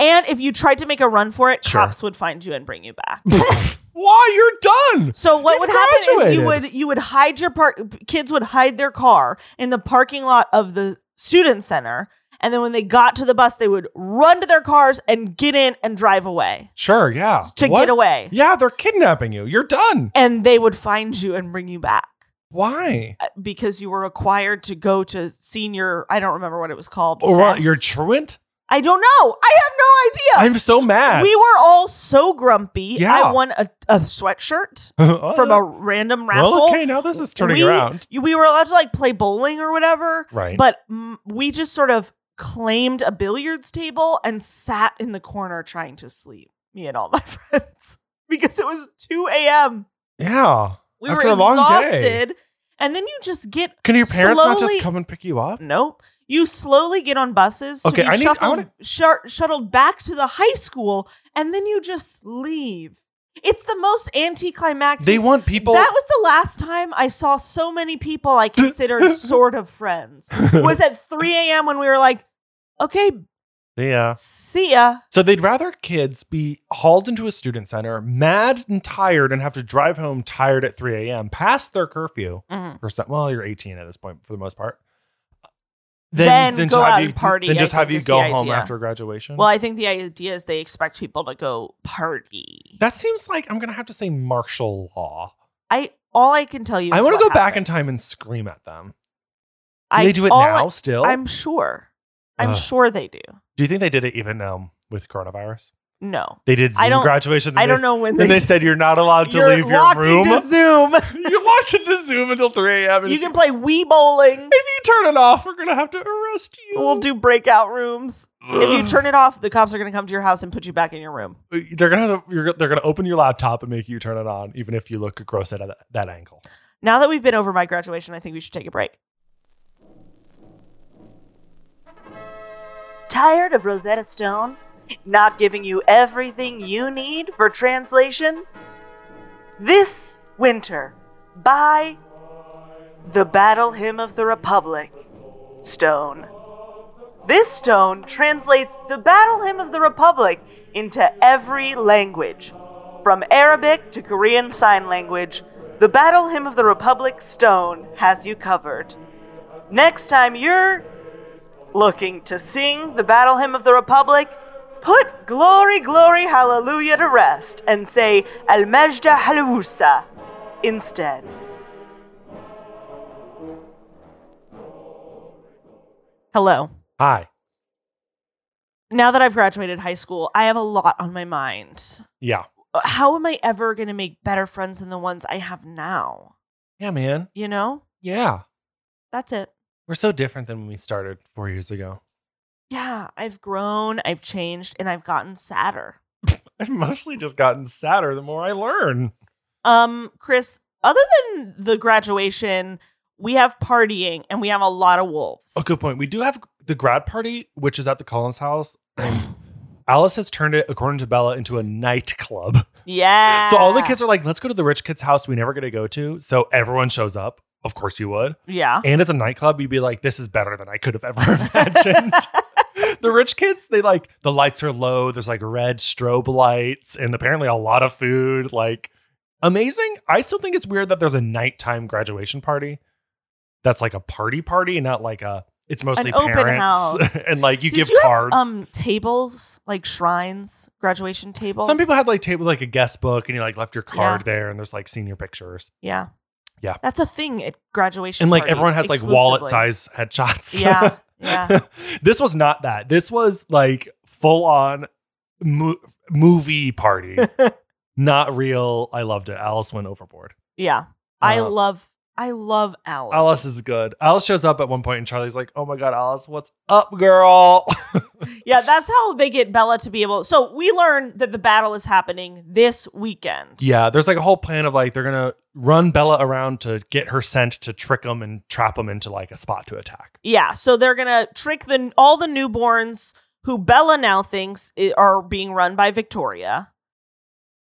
S2: And if you tried to make a run for it,
S1: Sure.
S2: cops would find you and bring you back.
S1: (laughs) Why you're done?
S2: So what
S1: You've
S2: would happen is
S1: graduated.
S2: you would you would hide your park kids would hide their car in the parking lot of the student center and then when they got to the bus they would run to their cars and get in and drive away
S1: Sure, yeah.
S2: to
S1: What?
S2: get away.
S1: Yeah, they're kidnapping you. You're done.
S2: And they would find you and bring you back
S1: Why?
S2: uh, because you were required to go to senior I don't remember what it was called.
S1: Or what,
S2: fest.
S1: you're truant?
S2: I don't know. I have no idea.
S1: I'm so mad. (laughs)
S2: we were all so grumpy.
S1: Yeah.
S2: I won a, a sweatshirt from a random raffle.
S1: well, Oh, okay, now this is turning
S2: we,
S1: around.
S2: you- We were allowed to like play bowling or whatever,
S1: Right.
S2: but mm, we just sort of claimed a billiards table and sat in the corner trying to sleep. Me and all (laughs) my friends because it was two a.m.
S1: yeah.
S2: We
S1: After
S2: were
S1: a long day.
S2: exhausted, and then you just get
S1: Can your parents not
S2: Slowly-
S1: just come and pick you up?
S2: nope. You slowly get on buses to
S1: Okay,
S2: be
S1: I need- I
S2: shuffled,
S1: wanna-
S2: shut- shuttled back to the high school, and then you just leave. It's the most anticlimactic.
S1: They want people.
S2: That was the last time I saw so many people
S1: (laughs)
S2: I considered sort of friends. Was at 3 a.m. when we were like, okay,
S1: yeah.
S2: see ya.
S1: So they'd rather kids be hauled into a student center, mad and tired, and have to drive home tired at 3 a.m. past their curfew. Or some, well, you're 18 at this point for the most part.
S2: Then
S1: to
S2: go
S1: have
S2: out
S1: you-
S2: and party,
S1: Then
S2: I
S1: just have
S2: think
S1: you
S2: is
S1: go
S2: the
S1: home
S2: idea.
S1: after graduation.
S2: Well, I think the idea is they expect people to go party.
S1: that seems like I'm gonna have to say martial law.
S2: I all I can tell you.
S1: I
S2: want
S1: go
S2: to
S1: back in time and scream at them. Do
S2: I,
S1: they do it
S2: all
S1: now
S2: I-
S1: still?
S2: I'm sure. I'm
S1: Ugh.
S2: sure they do.
S1: do you think they did it even um, with coronavirus?
S2: No,
S1: They did Zoom
S2: I don't-
S1: graduation. then
S2: I
S1: they
S2: don't know when
S1: Then
S2: they.
S1: they said you're not allowed to
S2: You're
S1: leave your
S2: locked
S1: room.
S2: into Zoom.
S1: (laughs) you watch it to Zoom until 3 a.m. and
S2: you
S1: if
S2: can play Wii
S1: (laughs)
S2: bowling.
S1: if you turn it off, we're gonna have to arrest you.
S2: We'll do breakout rooms. if
S1: (sighs)
S2: you turn it off, the cops are going to come to your house and put you back in your room.
S1: they're gonna have to, you're, they're gonna open your laptop and make you turn it on, even if you look gross at that, that angle.
S2: Now that we've been over my graduation, I think we should take a break. Tired of Rosetta Stone not giving you everything you need for translation? This winter, buy the Battle Hymn of the Republic stone. This stone translates the Battle Hymn of the Republic into every language. From Arabic to Korean Sign Language, the Battle Hymn of the Republic stone has you covered. Next time you're looking to sing the Battle Hymn of the Republic, put Glory, Glory, Hallelujah to rest and say Al Majda Halawusa instead. Hello.
S1: Hi.
S2: Now that I've graduated high school, I have a lot on my mind.
S1: Yeah.
S2: Uh, How am I ever going to make better friends than the ones I have now?
S1: Yeah, man.
S2: You know?
S1: Yeah.
S2: That's it.
S1: We're so different than when we started four years ago.
S2: Yeah, I've grown, I've changed, and I've gotten sadder.
S1: I've mostly just gotten sadder the more I learn.
S2: Um, Chris, other than the graduation, we have partying and we have a lot of wolves.
S1: A Oh, good point. We do have the grad party, which is at the Collins house. And Alice has turned it, according to Bella, into a nightclub.
S2: Yeah.
S1: So all the kids are like, let's go to the rich kid's house we never get to go to. So everyone shows up. Of course you would. (laughs)
S2: Yeah.
S1: And it's a nightclub, you'd be like, this is better than I could have ever (laughs)
S2: (laughs)
S1: imagined. the rich kids, they like, the lights are low. There's like red strobe lights and apparently a lot of food. Like, amazing. I still think it's weird that there's a nighttime graduation party that's like a party party, not like a, it's mostly
S2: open
S1: parents.
S2: house.
S1: (laughs) and like you
S2: Did
S1: give
S2: you have,
S1: cards.
S2: um tables, like shrines, graduation tables.
S1: Some people had like tables, like a guest book, and you like left your card
S2: Yeah.
S1: there, and there's like senior pictures.
S2: Yeah.
S1: Yeah.
S2: That's a thing at graduation.
S1: and like
S2: parties,
S1: everyone has like
S2: exclusively.
S1: wallet size headshots. (laughs)
S2: Yeah, yeah.
S1: this was not that. This was like full on mo- movie
S2: (laughs)
S1: party, not real. I loved it. Alice went overboard.
S2: Yeah. I
S1: Uh,
S2: love Uh-huh. I love Alice.
S1: Alice is good. Alice shows up at one point, and Charlie's like, "Oh my god, Alice, what's up, girl?" (laughs)
S2: Yeah, that's how they get Bella to be able. So we learn that the battle is happening this weekend.
S1: Yeah, there's like a whole plan of like they're gonna run Bella around to get her scent to trick them and trap them into like a spot to attack.
S2: Yeah, so they're gonna trick the all the newborns who Bella now thinks i- are being run by Victoria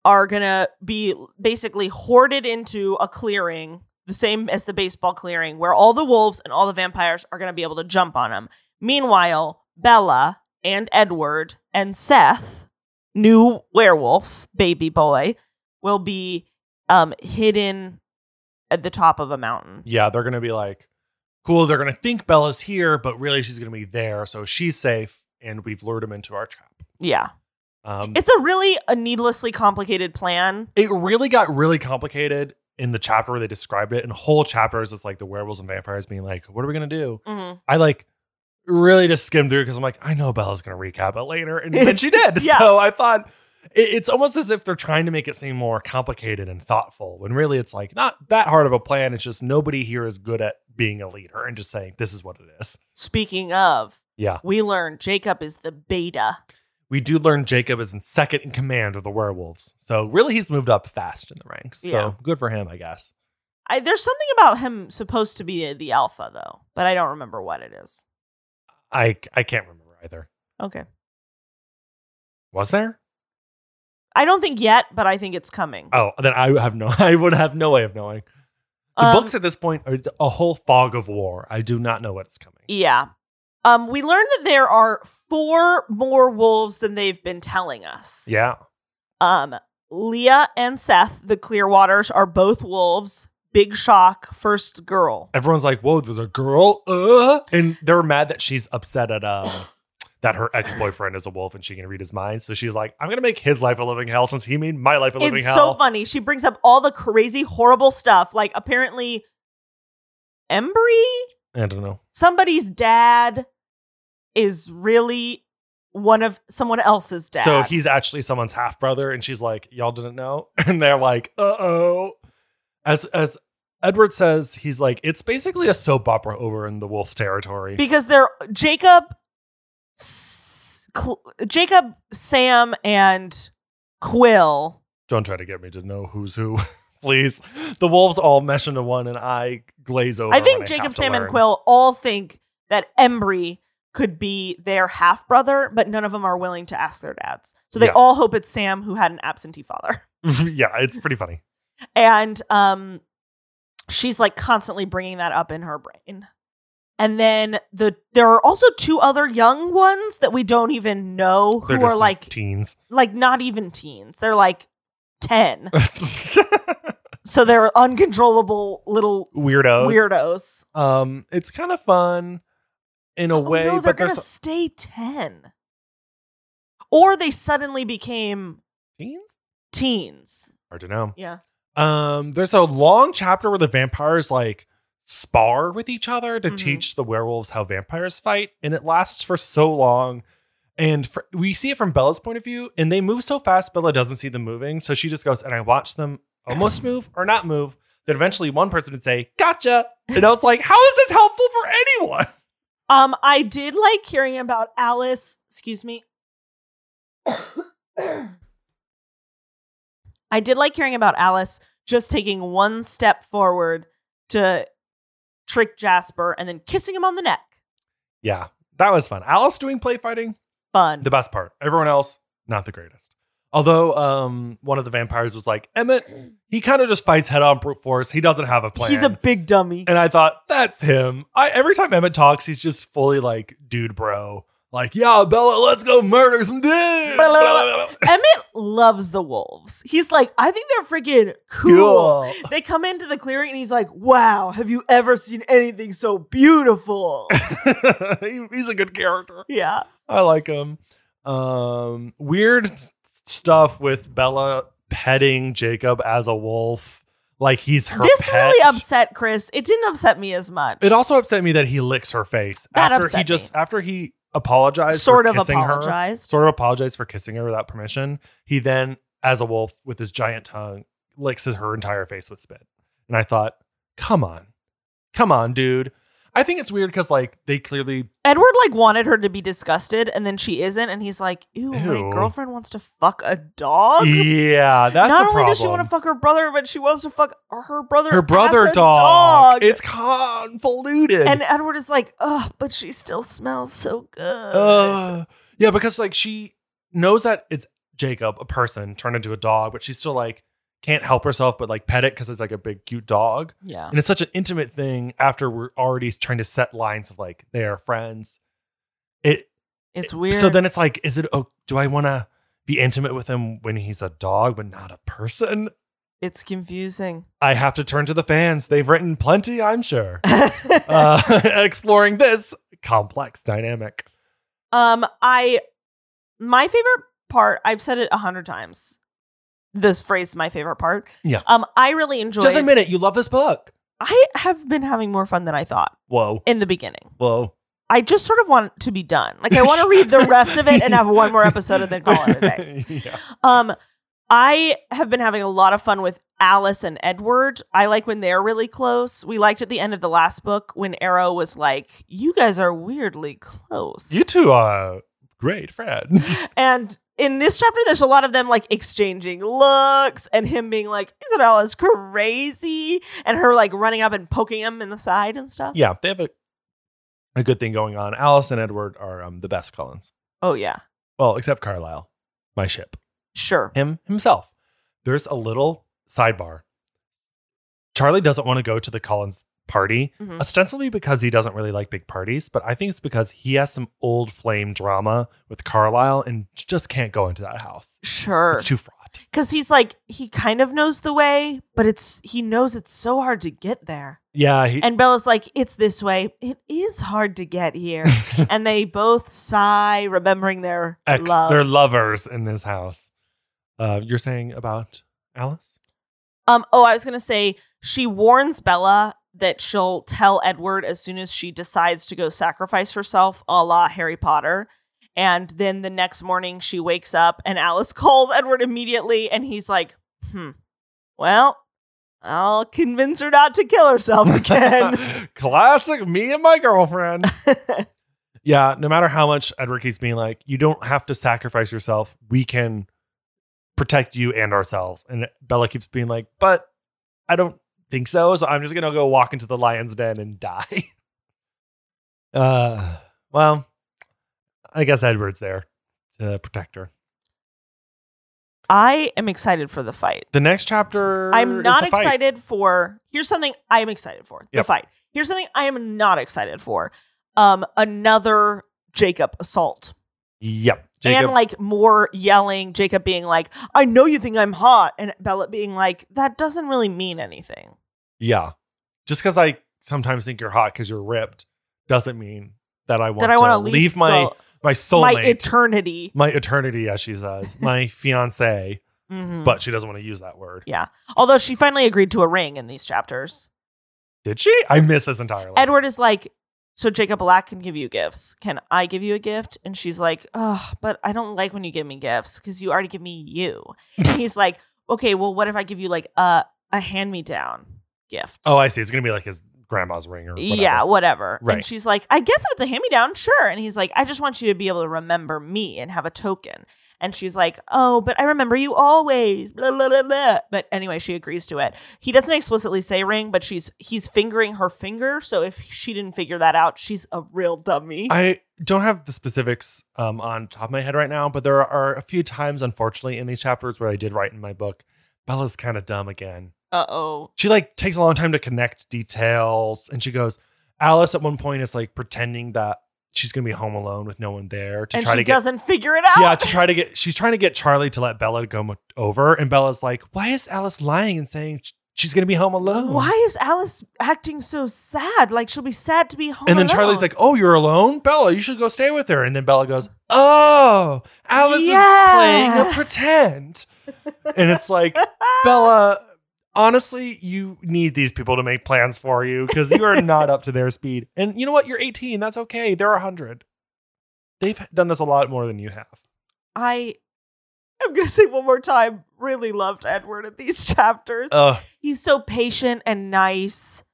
S2: are gonna be basically hoarded into a clearing, the same as the baseball clearing, where all the wolves and all the vampires are gonna be able to jump on them. Meanwhile, Bella and Edward and Seth, new werewolf baby boy, will be um, hidden at the top of a mountain.
S1: Yeah, they're gonna be like, cool. They're gonna think Bella's here, but really she's gonna be there, so she's safe, and we've lured them into our trap.
S2: Yeah.
S1: Um,
S2: It's a really a needlessly complicated plan.
S1: it really got really complicated in the chapter where they described it, and whole chapters it's like the werewolves and vampires being like, what are we gonna do?
S2: Mm-hmm.
S1: I like really just skimmed through because I'm like, I know Bella's gonna recap it later, and then
S2: (laughs)
S1: she did.
S2: Yeah.
S1: So I thought it, it's almost as if they're trying to make it seem more complicated and thoughtful, when really it's like not that hard of a plan. It's just nobody here is good at being a leader and just saying this is what it is.
S2: Speaking of,
S1: Yeah,
S2: we learn Jacob is the beta.
S1: we do learn Jacob is in second in command of the werewolves, so really he's moved up fast in the ranks. So
S2: Yeah.
S1: good for him, I guess.
S2: I, there's something about him supposed to be the alpha though, but I don't remember what it is.
S1: I I can't remember either.
S2: Okay.
S1: Was there?
S2: I don't think yet, but I think it's coming.
S1: Oh, then I have no. (laughs) I would have no way of knowing. The
S2: Um,
S1: books at this point are a whole fog of war. I do not know what's coming.
S2: Yeah. Um, we learned that there are four more wolves than they've been telling us.
S1: Yeah.
S2: Um, Leah and Seth, the Clearwaters, are both wolves. Big shock, first girl.
S1: Everyone's like, whoa, there's a girl. Uh? And they're mad that she's upset at um (coughs) that her ex-boyfriend is a wolf and she can read his mind. So she's like, I'm gonna make his life a living hell since he made my life a living
S2: it's
S1: hell.
S2: so funny. She brings up all the crazy, horrible stuff. Like apparently, Embry,
S1: I don't know.
S2: somebody's dad, is really one of someone else's dad.
S1: So he's actually someone's half brother, and she's like, Y'all didn't know? (laughs) And they're like, uh oh. As as Edward says, he's like, it's basically a soap opera over in the wolf territory.
S2: because they're Jacob, S- Cl- Jacob, Sam, and Quill.
S1: Don't try to get me to know who's who, (laughs) please. The wolves all mesh into one, and I glaze over.
S2: I
S1: when
S2: think
S1: have
S2: Jacob,
S1: to
S2: Sam, and
S1: learn.
S2: Quill all think that Embry could be their half brother, but none of them are willing to ask their dads. So they
S1: Yeah.
S2: all hope it's Sam who had an absentee father.
S1: (laughs) yeah, it's pretty funny.
S2: and um she's like constantly bringing that up in her brain and then the there are also two other young ones that we don't even know who
S1: They're
S2: are
S1: just
S2: like
S1: teens. (laughs)
S2: like not even teens they're like 10 so they're uncontrollable little
S1: Weirdos.
S2: weirdos
S1: Um, it's kind of fun in a
S2: Oh,
S1: way,
S2: no, they're
S1: but
S2: gonna
S1: there's
S2: stay 10 or they suddenly became
S1: teens.
S2: teens
S1: Hard to know.
S2: yeah
S1: Um, there's a long chapter where the vampires like spar with each other to
S2: Mhm.
S1: teach the werewolves how vampires fight, and it lasts for so long. And fr we see it from Bella's point of view, and they move so fast, Bella doesn't see them moving, so she just goes, and I watch them (laughs) almost move or not move. Then eventually, one person would say, "Gotcha," and I was like, "How is this helpful for anyone?"
S2: Um, I did like hearing about Alice. Excuse me. I did like hearing about Alice just taking one step forward to trick Jasper and then kissing him on the neck.
S1: (laughs) Yeah, that was fun. Alice doing play fighting,
S2: Fun.
S1: the best part. Everyone else, not the greatest. Although um, one of the vampires was like, Emmett, he kind of just fights head on brute force. He doesn't have a plan.
S2: He's a
S1: (laughs)
S2: big dummy.
S1: and I thought, that's him. I every time Emmett talks, he's just fully like, dude, bro. Like, yeah, Bella, let's go murder some dudes.
S2: Blah, blah, blah, Emmett loves the wolves. He's like, I think they're freaking
S1: Cool.
S2: cool. They come into the clearing and he's like, Wow, have you ever seen anything so
S1: (laughs)
S2: beautiful?
S1: He- he's a good character.
S2: yeah.
S1: I like him. Um, weird stuff with Bella petting Jacob as a wolf, like he's her.
S2: this
S1: pet.
S2: really upset Chris. It didn't upset me as much.
S1: It also upset me that he licks her face
S2: That
S1: after
S2: upset
S1: he
S2: me.
S1: just after he apologized,
S2: sort
S1: for
S2: of
S1: kissing her,
S2: apologized.
S1: sort of apologized for kissing her without permission. He then, as a wolf with his giant tongue, licks his, her entire face with spit. And I thought, come on, come on, dude. I think it's weird because like they clearly
S2: Edward like wanted her to be disgusted, and then she isn't, and he's like,
S1: Ew.
S2: "Ew, my girlfriend wants to fuck a dog."
S1: yeah. That's
S2: Oh, Not
S1: the
S2: only does she
S1: problem.
S2: want to fuck her brother, but she wants to fuck her brother.
S1: her brother
S2: as a
S1: dog. It's convoluted.
S2: and Edward is like, "Ugh, but she still smells so good."
S1: uh, yeah, because like she knows that it's Jacob, a person turned into a dog, but she still like can't help herself but like pet it because it's like a big cute dog.
S2: yeah.
S1: And it's such an intimate thing after we're already trying to set lines of like they are friends. It
S2: It's weird.
S1: So then it's like, is it oh do I wanna be intimate with him when he's a dog but not a person?
S2: it's confusing.
S1: I have to turn to the fans. They've written plenty, I'm sure.
S2: (laughs)
S1: Uh, (laughs) exploring this complex dynamic.
S2: Um, I my favorite part. I've said it a hundred times. This phrase, my favorite part.
S1: Yeah.
S2: Um, I really enjoyed.
S1: Just admit it, you love this book.
S2: I have been having more fun than I thought
S1: Whoa.
S2: in the beginning.
S1: Whoa.
S2: I just sort of want to be done. Like I want
S1: (laughs)
S2: to read the rest of it and have one more episode and then call it a day.
S1: yeah.
S2: Um, I have been having a lot of fun with Alice and Edward. I like when they're really close. We liked at the end of the last book when Arrow was like, "You guys are weirdly close."
S1: You two are great
S2: (laughs)
S1: friends.
S2: And in this chapter, there's a lot of them like exchanging looks and him being like, Isabella's crazy. And her like running up and poking him in the side and stuff.
S1: yeah, they have a, a good thing going on. Alice and Edward are um, the best Collins.
S2: Oh, yeah.
S1: Well, except Carlisle, my ship.
S2: Sure.
S1: him himself. There's a little sidebar. Charlie doesn't want to go to the Collins party,
S2: Mhm.
S1: ostensibly because he doesn't really like big parties, but I think it's because he has some old flame drama with Carlisle and just can't go into that house.
S2: Sure.
S1: It's too fraught.
S2: Because he's like, he kind of knows the way, but it's, he knows it's so hard to get there.
S1: Yeah, he,
S2: And Bella's like, it's this way. It is hard to
S1: (laughs)
S2: get here. and they both sigh, remembering their
S1: ex,
S2: love.
S1: they're lovers in this house. Uh, you're saying about Alice?
S2: Um. Oh, I was gonna say she warns Bella that she'll tell Edward as soon as she decides to go sacrifice herself, a la Harry Potter. And then the next morning she wakes up and Alice (laughs) calls Edward immediately, and he's like, "Hmm. Well, I'll convince her not to kill herself (laughs) again."
S1: (laughs) Classic me and my
S2: (laughs)
S1: girlfriend. yeah, no matter how much Edward keeps being like, you don't have to sacrifice yourself. We can protect you and ourselves. And Bella keeps being like, but I don't think so. So I'm just gonna go walk into the lion's den and die. (laughs) uh well, I guess Edward's there to protect her.
S2: I am excited for the fight.
S1: The next chapter
S2: I'm
S1: is
S2: not
S1: the fight.
S2: excited for. Here's something I am excited for: the
S1: Yep.
S2: fight. Here's something I am not excited for: um, another Jacob assault.
S1: Yep. Jacob,
S2: And like more yelling, Jacob being like, I know you think I'm hot. And Bella being like, that doesn't really mean anything.
S1: yeah. Just because I sometimes think you're hot because you're ripped doesn't mean that I want
S2: That I
S1: to
S2: want to
S1: leave, my my
S2: the, my
S1: soulmate,
S2: eternity.
S1: my eternity, as she
S2: (laughs)
S1: says, my fiance,
S2: Mhm.
S1: but she doesn't want to use that word.
S2: Although she finally agreed to a ring in these chapters.
S1: Did she? I miss this entirely.
S2: Edward is like, so Jacob Black can give you gifts. Can I give you a gift? And she's like, oh, but I don't like when you give me gifts because you already give me you.
S1: (laughs)
S2: and he's like, okay, well, what if I give you like a, a hand me down gift?
S1: Oh, I see. It's gonna be like his grandma's ring or whatever.
S2: Yeah, whatever. And
S1: Right.
S2: she's like, I guess if it's a hand me down, sure. And he's like, I just want you to be able to remember me and have a token. And she's like, Oh, but I remember you always. Blah blah blah blah. But anyway, she agrees to it. He doesn't explicitly say ring, but she's he's fingering her finger. So if she didn't figure that out, she's a real dummy.
S1: I don't have the specifics um, on top of my head right now, but there are a few times, unfortunately, in these chapters where I did write in my book, Bella's kind of dumb again.
S2: Uh oh.
S1: she like takes a long time to connect details and she goes alice at one point is like pretending that she's gonna be home alone with no one there to
S2: And
S1: try
S2: she
S1: to get
S2: doesn't figure it out.
S1: yeah to try to get she's trying to get charlie to let bella go mo- over and bella's like why is alice lying and saying sh- she's gonna be home alone
S2: Why is Alice acting so sad? Like she'll be sad to be home.
S1: and then Charlie's
S2: alone.
S1: like, "Oh, you're alone, Bella. You should go stay with her." And then Bella goes, "Oh, Alice was playing
S2: Yeah.
S1: a pretend." and it's like,
S2: (laughs)
S1: Bella, honestly, you need these people to make plans for you because you
S2: (laughs)
S1: are not up to their speed. And you know what? You're 18. That's okay. They're 100. They've done this a lot more than you have.
S2: I I'm gonna say one more time, really loved Edward in
S1: Oh.
S2: these (laughs) chapters.
S1: Ugh.
S2: He's so patient and nice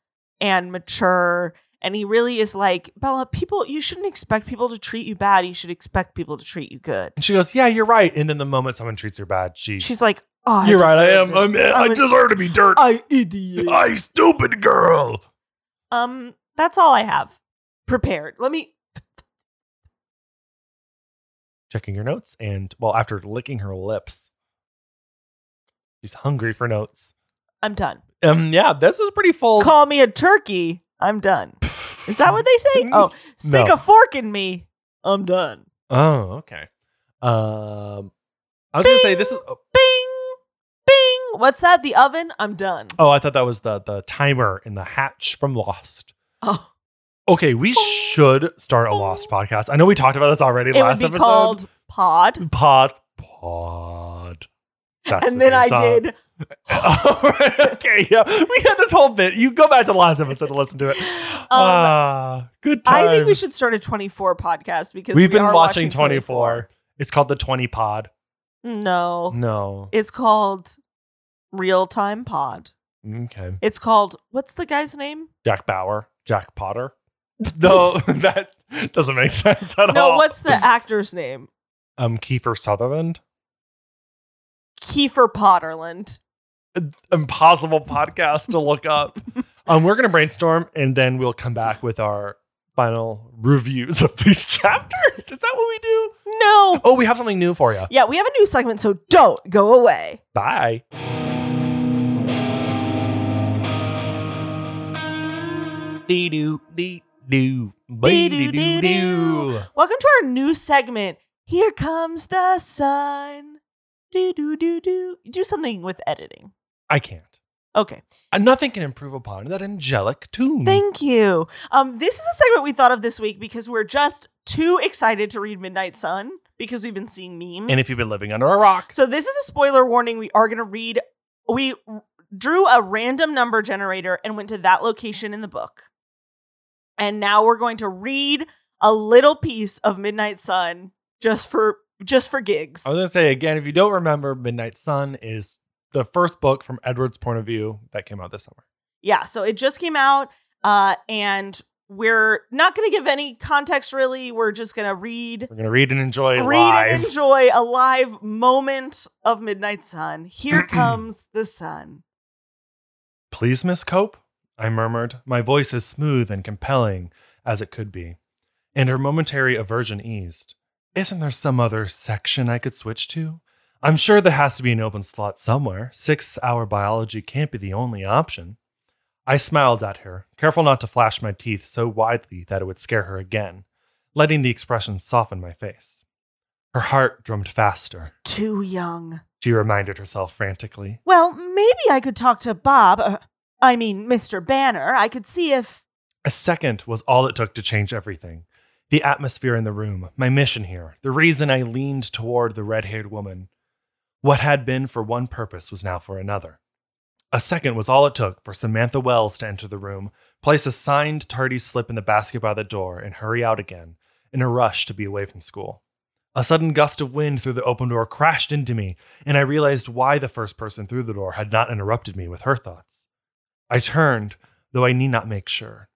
S2: and mature And he really is like, Bella, people, you shouldn't expect people to treat you bad. You should expect people to treat you good.
S1: And she goes, "Yeah, you're right." And then the moment someone treats her bad, she,
S2: She's like, oh,
S1: "You're right, I am.
S2: deserved it.
S1: I'm, eh, i
S2: I'm an-
S1: deserve to be dirt.
S2: I
S1: (laughs)
S2: idiot.
S1: I stupid girl."
S2: Um, that's all I have prepared. Let me.
S1: Checking her notes, and well, after licking her lips, she's hungry for notes.
S2: I'm done.
S1: Um, yeah, this is pretty full.
S2: Call me a turkey.
S1: (laughs)
S2: I'm done. Is that what they say? Oh, stick
S1: No.
S2: a fork in me. I'm done.
S1: Oh, okay. Um, I was gonna say this is. oh,
S2: Bing, bing. What's that? The oven? I'm done.
S1: Oh, I thought that was the the timer in the hatch from Lost.
S2: Oh,
S1: Okay, we should start a Lost podcast. I know we talked about this already
S2: it would
S1: last
S2: be
S1: episode.
S2: called pod.
S1: Pod Pod. That's
S2: and
S1: the
S2: then
S1: theme
S2: I
S1: song.
S2: did.
S1: All right, (laughs) okay, yeah, we had this whole bit. You go back to the last episode and listen to it.
S2: Um,
S1: ah, good time.
S2: I think we should start a 24 podcast because
S1: We've
S2: we
S1: been
S2: are
S1: watching,
S2: watching
S1: 24. It's called the 20 Pod.
S2: 24.
S1: Mm.
S2: No,
S1: No.
S2: it's called Real Time Pod.
S1: Okay.
S2: It's called what's the guy's name?
S1: Jack Bauer, Jack Potter. (laughs) No, (laughs) that doesn't make sense at all.
S2: No,
S1: (laughs)
S2: what's the actor's name?
S1: um Kiefer Sutherland?
S2: Kiefer Potterland.
S1: Impossible podcast to look up. um, we're gonna brainstorm and then we'll come back with our final reviews of these (laughs) chapters. Is that what we do?
S2: No.
S1: Oh, we have something new for you.
S2: Yeah, we have a new segment, so don't go away.
S1: Bye.
S3: Dee doo dee doo.
S2: Dee doo doo doo. Welcome to our new segment. Here comes the sun. Do do do do. Do something with editing.
S1: I can't.
S2: Okay.
S1: Uh, Nothing can improve upon that angelic tune.
S2: Thank you. Um, this is a segment we thought of this week because we're just too excited to read Midnight Sun because we've been seeing memes.
S1: and if you've been living under a rock,
S2: so this is a spoiler warning. We are going to read. We drew a random number generator and went to that location in the book, and now we're going to read a little piece of Midnight Sun just for just for gigs.
S1: I was gonna say again, if you don't remember, Midnight Sun is the first book from Edward's point of view that came out this summer.
S2: yeah so it just came out uh and we're not going to give any context really we're just going to read
S1: We're gonna read and enjoy
S2: read
S1: live.
S2: and enjoy a live moment of midnight
S1: (clears throat)
S2: sun here comes the sun
S1: Please, Miss Cope, I murmured, my voice as smooth and compelling as it could be, and her momentary aversion eased. Isn't there some other section I could switch to? I'm sure there has to be an open slot somewhere. Six hour biology can't be the only option. I smiled at her, careful not to flash my teeth so widely that it would scare her again, letting the expression soften my face. Her heart drummed faster,
S2: too young
S1: she reminded herself frantically.
S2: well maybe i could talk to bob uh, i mean mr banner i could
S1: (clears throat)
S2: see if
S1: A second was all it took to change everything. The atmosphere in the room, my mission here, the reason I leaned toward the red haired woman. What had been for one purpose was now for another. A second was all it took for Samantha Wells to enter the room, place a signed tardy slip in the basket by the door, and hurry out again, in a rush to be away from school. A sudden gust of wind through the open door crashed into me, and I realized why the first person through the door had not interrupted me with her thoughts. I turned, though I need not make sure.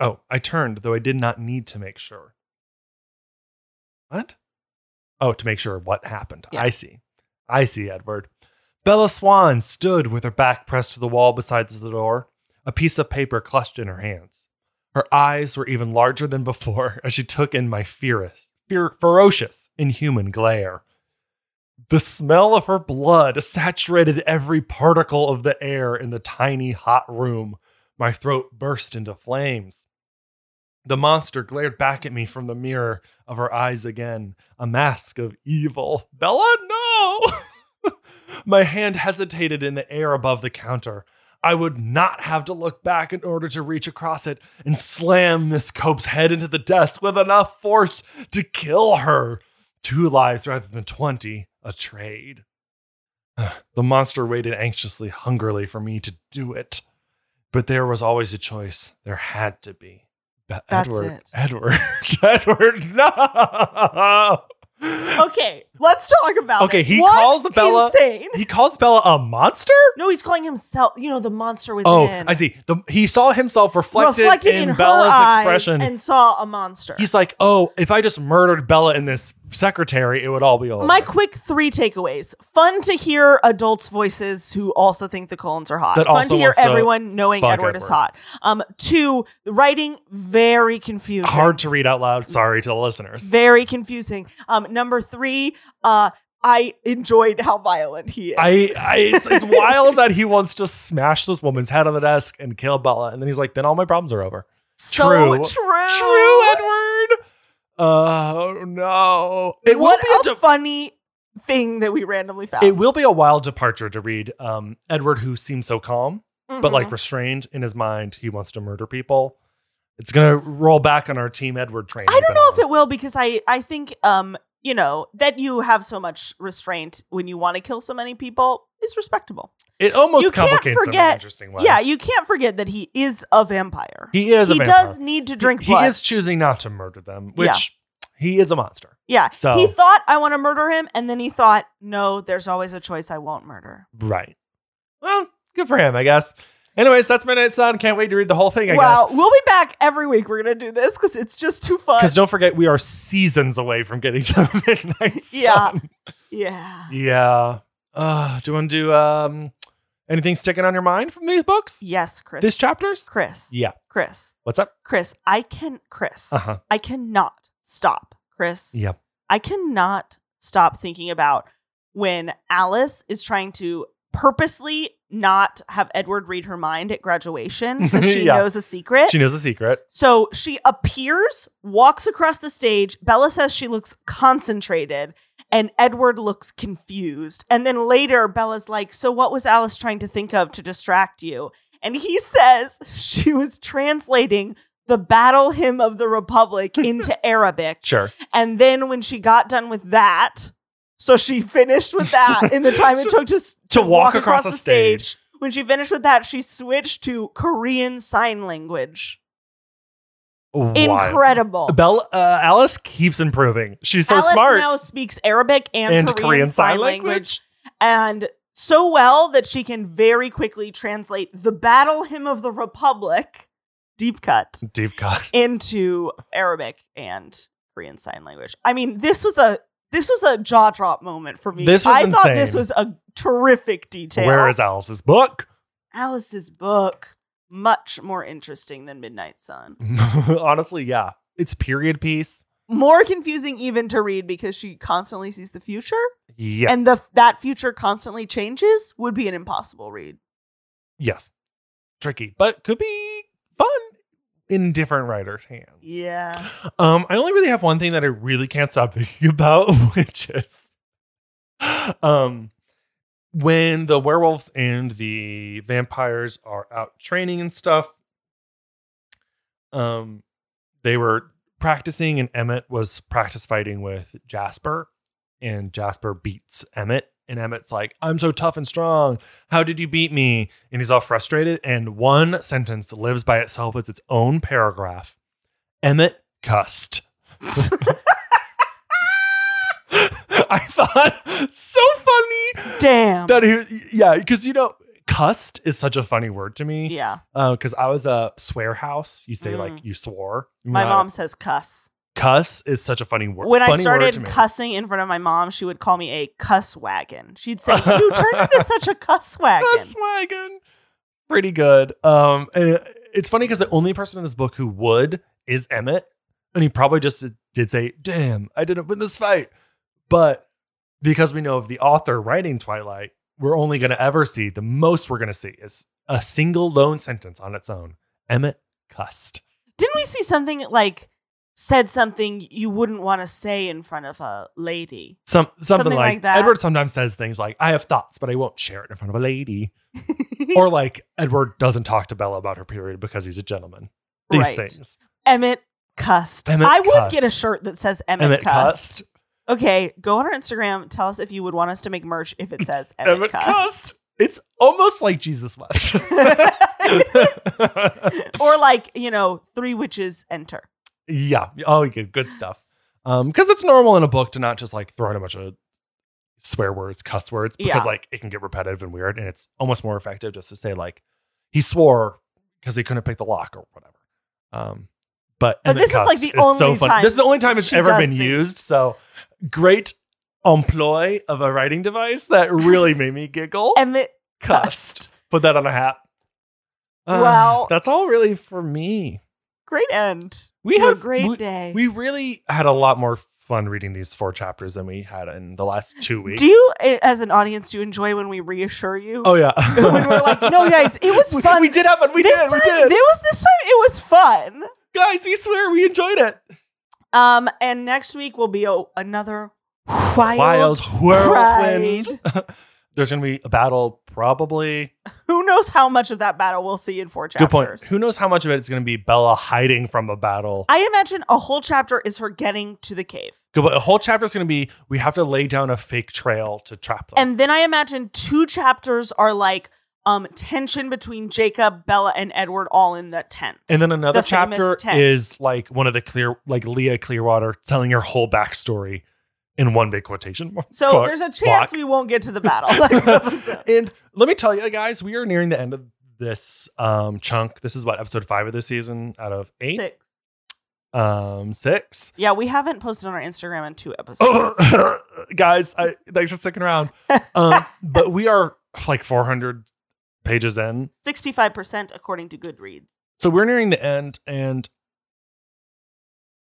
S1: Oh, I turned, though I did not need to make sure. What? Oh, to make sure what happened.
S2: Yeah.
S1: I see. I see, Edward. Bella Swan stood with her back pressed to the wall beside the door, a piece of paper clutched in her hands. Her eyes were even larger than before (laughs) as she took in my fierce, fear, ferocious, inhuman glare. The smell of her blood saturated every particle of the air in the tiny, hot room. My throat burst into flames. The monster glared back at me from the mirror of her eyes again, a mask of evil. Bella, no! (laughs) My hand hesitated in the air above the counter. I would not have to look back in order to reach across it and slam Miss Cope's head into the desk with enough force to kill her. Two lives rather than 20, a trade. (sighs) the monster waited anxiously, hungrily for me to do it. But there was always a choice. There had to be. But
S2: That's
S1: Edward,
S2: it.
S1: Edward, Edward, no!
S2: Okay, let's talk about.
S1: Okay,
S2: it.
S1: he
S2: What
S1: calls Bella-
S2: insane. (laughs)
S1: He calls Bella a monster?
S2: No, he's calling himself. You know, the monster within.
S1: Oh, I see. The, he saw himself reflected,
S2: Reflected
S1: in,
S2: her
S1: Bella's
S2: eyes
S1: expression.
S2: and saw a monster.
S1: He's like, oh, if I just murdered Bella and this secretary, it would all be over.
S2: My quick three takeaways: fun to hear adults' voices who also think the Cullens are hot.
S1: That
S2: fun
S1: also
S2: to hear
S1: wants to
S2: everyone knowing
S1: fuck
S2: Edward, is
S1: Edward.
S2: hot. Um, two, writing very confusing.
S1: Hard to read out loud. Sorry to the listeners.
S2: very confusing. Um, number three, uh, I enjoyed how violent he is.
S1: I, I it's, it's wild that he wants to smash this woman's head on the desk and kill Bella, and then he's like, "Then all my problems are over."
S2: so
S1: true.
S2: true.
S1: True, Edward. Oh no! It
S2: what
S1: will
S2: a,
S1: be a de-
S2: funny thing that we randomly found.
S1: it will be a wild departure to read um, Edward, who seems so calm but
S2: Mm-hmm.
S1: like restrained in his mind. He wants to murder people. It's gonna roll back on our Team Edward train.
S2: I don't know if it will because I I think um you know that you have so much restraint when you want to kill so many people is respectable.
S1: It almost
S2: you can't
S1: complicates him in an
S2: forget-
S1: interesting way.
S2: Yeah, you can't forget that he is a vampire.
S1: he is. a
S2: He
S1: vampire.
S2: does need to drink
S1: He
S2: blood.
S1: is choosing not to murder them,
S2: Yeah.
S1: which he is a monster.
S2: yeah.
S1: So-
S2: He thought I want to murder him and then he thought no, there's always a choice I won't murder.
S1: Right. Well, good for him, I guess. Anyways, that's Midnight Sun. Can't wait to read the whole thing, I
S2: wow,
S1: guess.
S2: we'll uh, be back every week. We're gonna do this because it's just too fun.
S1: Because don't forget, we are seasons away from getting (laughs) to Midnight Sun.
S2: Yeah. Yeah.
S1: Yeah. Uh, do you want to do um, anything sticking on your mind from these books?
S2: Yes, Chris.
S1: These chapters?
S2: Chris.
S1: Yeah.
S2: Chris.
S1: What's up?
S2: Chris. I can. Chris.
S1: Uh huh.
S2: I cannot stop. Chris.
S1: Yeah.
S2: I cannot stop thinking about when Alice is trying to purposely not have Edward read her mind at graduation because she
S1: Yeah.
S2: knows a secret.
S1: She knows a secret.
S2: so she appears, walks across the stage. Bella says she looks concentrated, and Edward looks confused. And then later, Bella's like, So, what was Alice trying to think of to distract you? And he (laughs) says she was translating the battle hymn of
S1: (laughs)
S2: the Republic into Arabic.
S1: Sure.
S2: And then when she got done with that, so she (laughs) finished with that in the
S1: (laughs)
S2: time it took to, s-
S1: To walk across
S2: the
S1: a stage.
S2: When she finished with that, she switched to Korean Sign Language.
S1: Wild.
S2: Incredible.
S1: Bella, uh, Alice keeps improving. She's so
S2: Alice
S1: smart.
S2: now speaks Arabic and,
S1: and
S2: Korean, Sign Language.
S1: language.
S2: and so well that she can very quickly translate the Battle Hymn of the Republic, deep cut,
S1: Deep cut.
S2: into Arabic and Korean Sign Language. I mean, this was a this was a jaw drop moment for me.
S1: This was
S2: I thought this
S1: insane.
S2: was a terrific detail.
S1: Where is Alice's book? (laughs)
S2: Alice's book? Much more interesting than Midnight Sun.
S1: Honestly, yeah. It's a period piece.
S2: More confusing even to read because she constantly sees the future,
S1: Yeah.
S2: and the that future constantly changes would be an impossible read.
S1: yes. Tricky, but could be fun in different writers' hands.
S2: Yeah.
S1: Um, I only really have one thing that I really can't stop (laughs) thinking about, which is um when the werewolves and the vampires are out training and stuff. Um they were practicing and Emmett was practice fighting with Jasper and Jasper beats Emmett and Emmett's like, "I'm so tough and strong. How did you beat me?" And he's all frustrated and one sentence lives by itself as its own paragraph. Emmett cussed. (laughs) I thought so funny
S2: Damn.
S1: that he, yeah, because you know, cussed is such a funny word to me.
S2: yeah. Mm.
S1: Because I was a swear house. You say like you swore.
S2: My
S1: Not-
S2: mom says cuss.
S1: cuss is such a funny word.
S2: when I
S1: funny word
S2: started
S1: to me.
S2: cussing in front of my mom, she would call me a cuss wagon. She'd say, "You turned
S1: (laughs)
S2: into such a cuss wagon."
S1: Cuss wagon. Pretty good. Um, and it's funny because the only person in this book who would is Emmett, and he probably just did- did say, "Damn, I didn't win this fight," but because we know of the author writing Twilight, we're only going to ever see the most we're going to see is a single lone sentence on its own. Emmett cussed.
S2: Didn't we see something like said something you wouldn't want to say in front of a lady?
S1: Some something,
S2: Something
S1: like,
S2: like that.
S1: Edward sometimes says things like, "I have thoughts, but I won't share it in front of a lady," or like Edward doesn't talk to Bella about her period because he's a gentleman. These
S2: Right.
S1: things.
S2: (laughs) Emmett cussed.
S1: Emmett
S2: I would
S1: cussed.
S2: get a shirt that says Emmett,
S1: Emmett
S2: cussed.
S1: cussed.
S2: Okay, go on our Instagram. Tell us if you would want us to make merch if
S1: (laughs)
S2: it says Emmett,
S1: Emmett
S2: cussed.
S1: cussed. It's almost like Jesus wept.
S2: (laughs)
S1: (laughs)
S2: or like you know, three witches enter.
S1: yeah. Oh, good. Good stuff. Um, because it's normal in a book to not just like throw in a bunch of swear words, cuss words, because
S2: Yeah.
S1: like it can get repetitive and weird, and it's almost more effective just to say like he swore because he couldn't pick the lock or whatever. Um, but
S2: But
S1: Emmett
S2: this is, like,
S1: cussed
S2: the only
S1: so funny.
S2: time
S1: This is the only time it's
S2: she
S1: ever
S2: does
S1: been
S2: things.
S1: used. So great employ of a writing device
S2: (laughs)
S1: that really made me giggle.
S2: Emmett
S1: cussed. Put that on a hat. Uh,
S2: Well-
S1: that's all really for me.
S2: Great end.
S1: We
S2: to
S1: had
S2: a great
S1: we-
S2: day.
S1: We really had a lot more fun reading these four chapters than we had in the last two weeks.
S2: do you, a- as an audience, do you enjoy when we reassure you?
S1: oh yeah.
S2: (laughs) When we're
S1: (laughs)
S2: like, "No, guys, it was
S1: We-
S2: fun."
S1: We did have fun. We
S2: this
S1: did.
S2: Time,
S1: we did.
S2: There was this time. It was fun.
S1: guys, we swear we enjoyed it.
S2: Um, and next week will be a, another wild,
S1: Wild whirlwind.
S2: ride. (laughs)
S1: There's gonna be a battle, probably.
S2: Who knows how much of that battle we'll see in four chapters?
S1: Good point. Who knows how much of it is gonna be Bella hiding from a battle?
S2: I imagine a whole chapter is her getting to the cave.
S1: Good point. A whole chapter's gonna be we have to lay down a fake trail to trap them.
S2: And then I imagine two chapters are like um tension between Jacob, Bella, and Edward all in the tent.
S1: And then another
S2: the famous
S1: chapter
S2: tent.
S1: is like one of the clear, like Leah Clearwater telling your whole backstory in one big quotation.
S2: (laughs)
S1: mark. (laughs)
S2: so
S1: Fuck.
S2: there's a chance
S1: block.
S2: we won't get to
S1: (laughs)
S2: the battle. next episode.
S1: and let me tell you guys, we are nearing the end of this um chunk. This is what episode five of this season out of eight,
S2: Six.
S1: um six. (coughs)
S2: Yeah, we haven't posted on our Instagram in two episodes.
S1: (laughs) Oh, guys, I, thanks for sticking
S2: (laughs)
S1: around. Um, but we are like 400 pages in,
S2: 65% according to Goodreads.
S1: so we're nearing the end and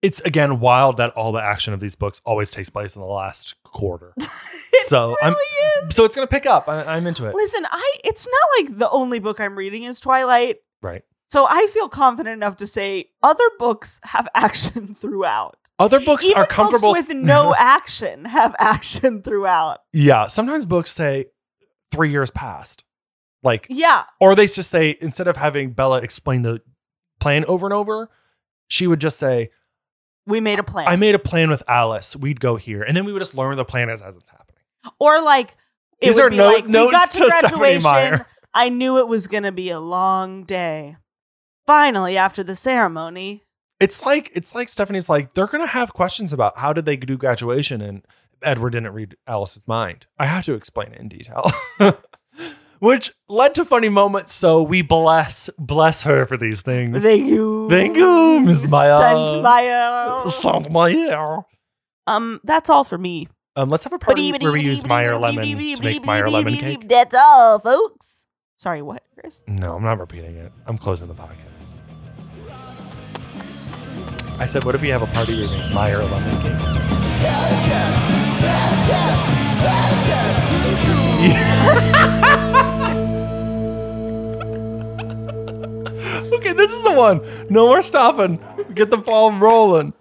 S1: it's again wild that all the action of these books always takes place in the last
S2: (laughs)
S1: quarter
S2: It
S1: So, I'm-
S2: really is.
S1: so it's gonna pick up I, i'm into it
S2: Listen, I it's not like the only book I'm reading is Twilight.
S1: right
S2: So I feel confident enough to say other books have (laughs) action throughout.
S1: other books
S2: Even
S1: are comfortable
S2: books with no action have action throughout.
S1: (laughs) yeah sometimes books say three years past like
S2: Yeah,
S1: or they just say instead of having bella explain the plan over and over she would just say
S2: we made a plan.
S1: i made a plan with alice we'd go here and then we would just learn the plan as, as it's happening
S2: or like it
S1: These
S2: would
S1: are
S2: be
S1: no-
S2: like, we
S1: notes
S2: got to,
S1: to Stephenie
S2: graduation.
S1: Meyer.
S2: (laughs) I knew it was going to be a long day. Finally, after the ceremony,
S1: it's like it's like Stephanie's like they're gonna have questions about how did they do graduation and Edward didn't read Alice's mind. I have to explain it in detail, (laughs) which led to funny moments. So we bless bless her for these things. (laughs)
S2: thank you,
S1: Thank you, Miss Meyer.
S2: Saint Meyer.
S1: Saint Meyer.
S2: Um, that's all for me.
S1: Um, let's have a party where we use Meyer lemon to make Meyer lemon cake.
S2: That's all, folks. Sorry, what, Chris?
S1: No, I'm not repeating it. I'm closing the podcast. I said, what if we have a party where we make Meyer lemon (laughs) cake? Okay, this is the one. No more stopping. Get the ball rolling.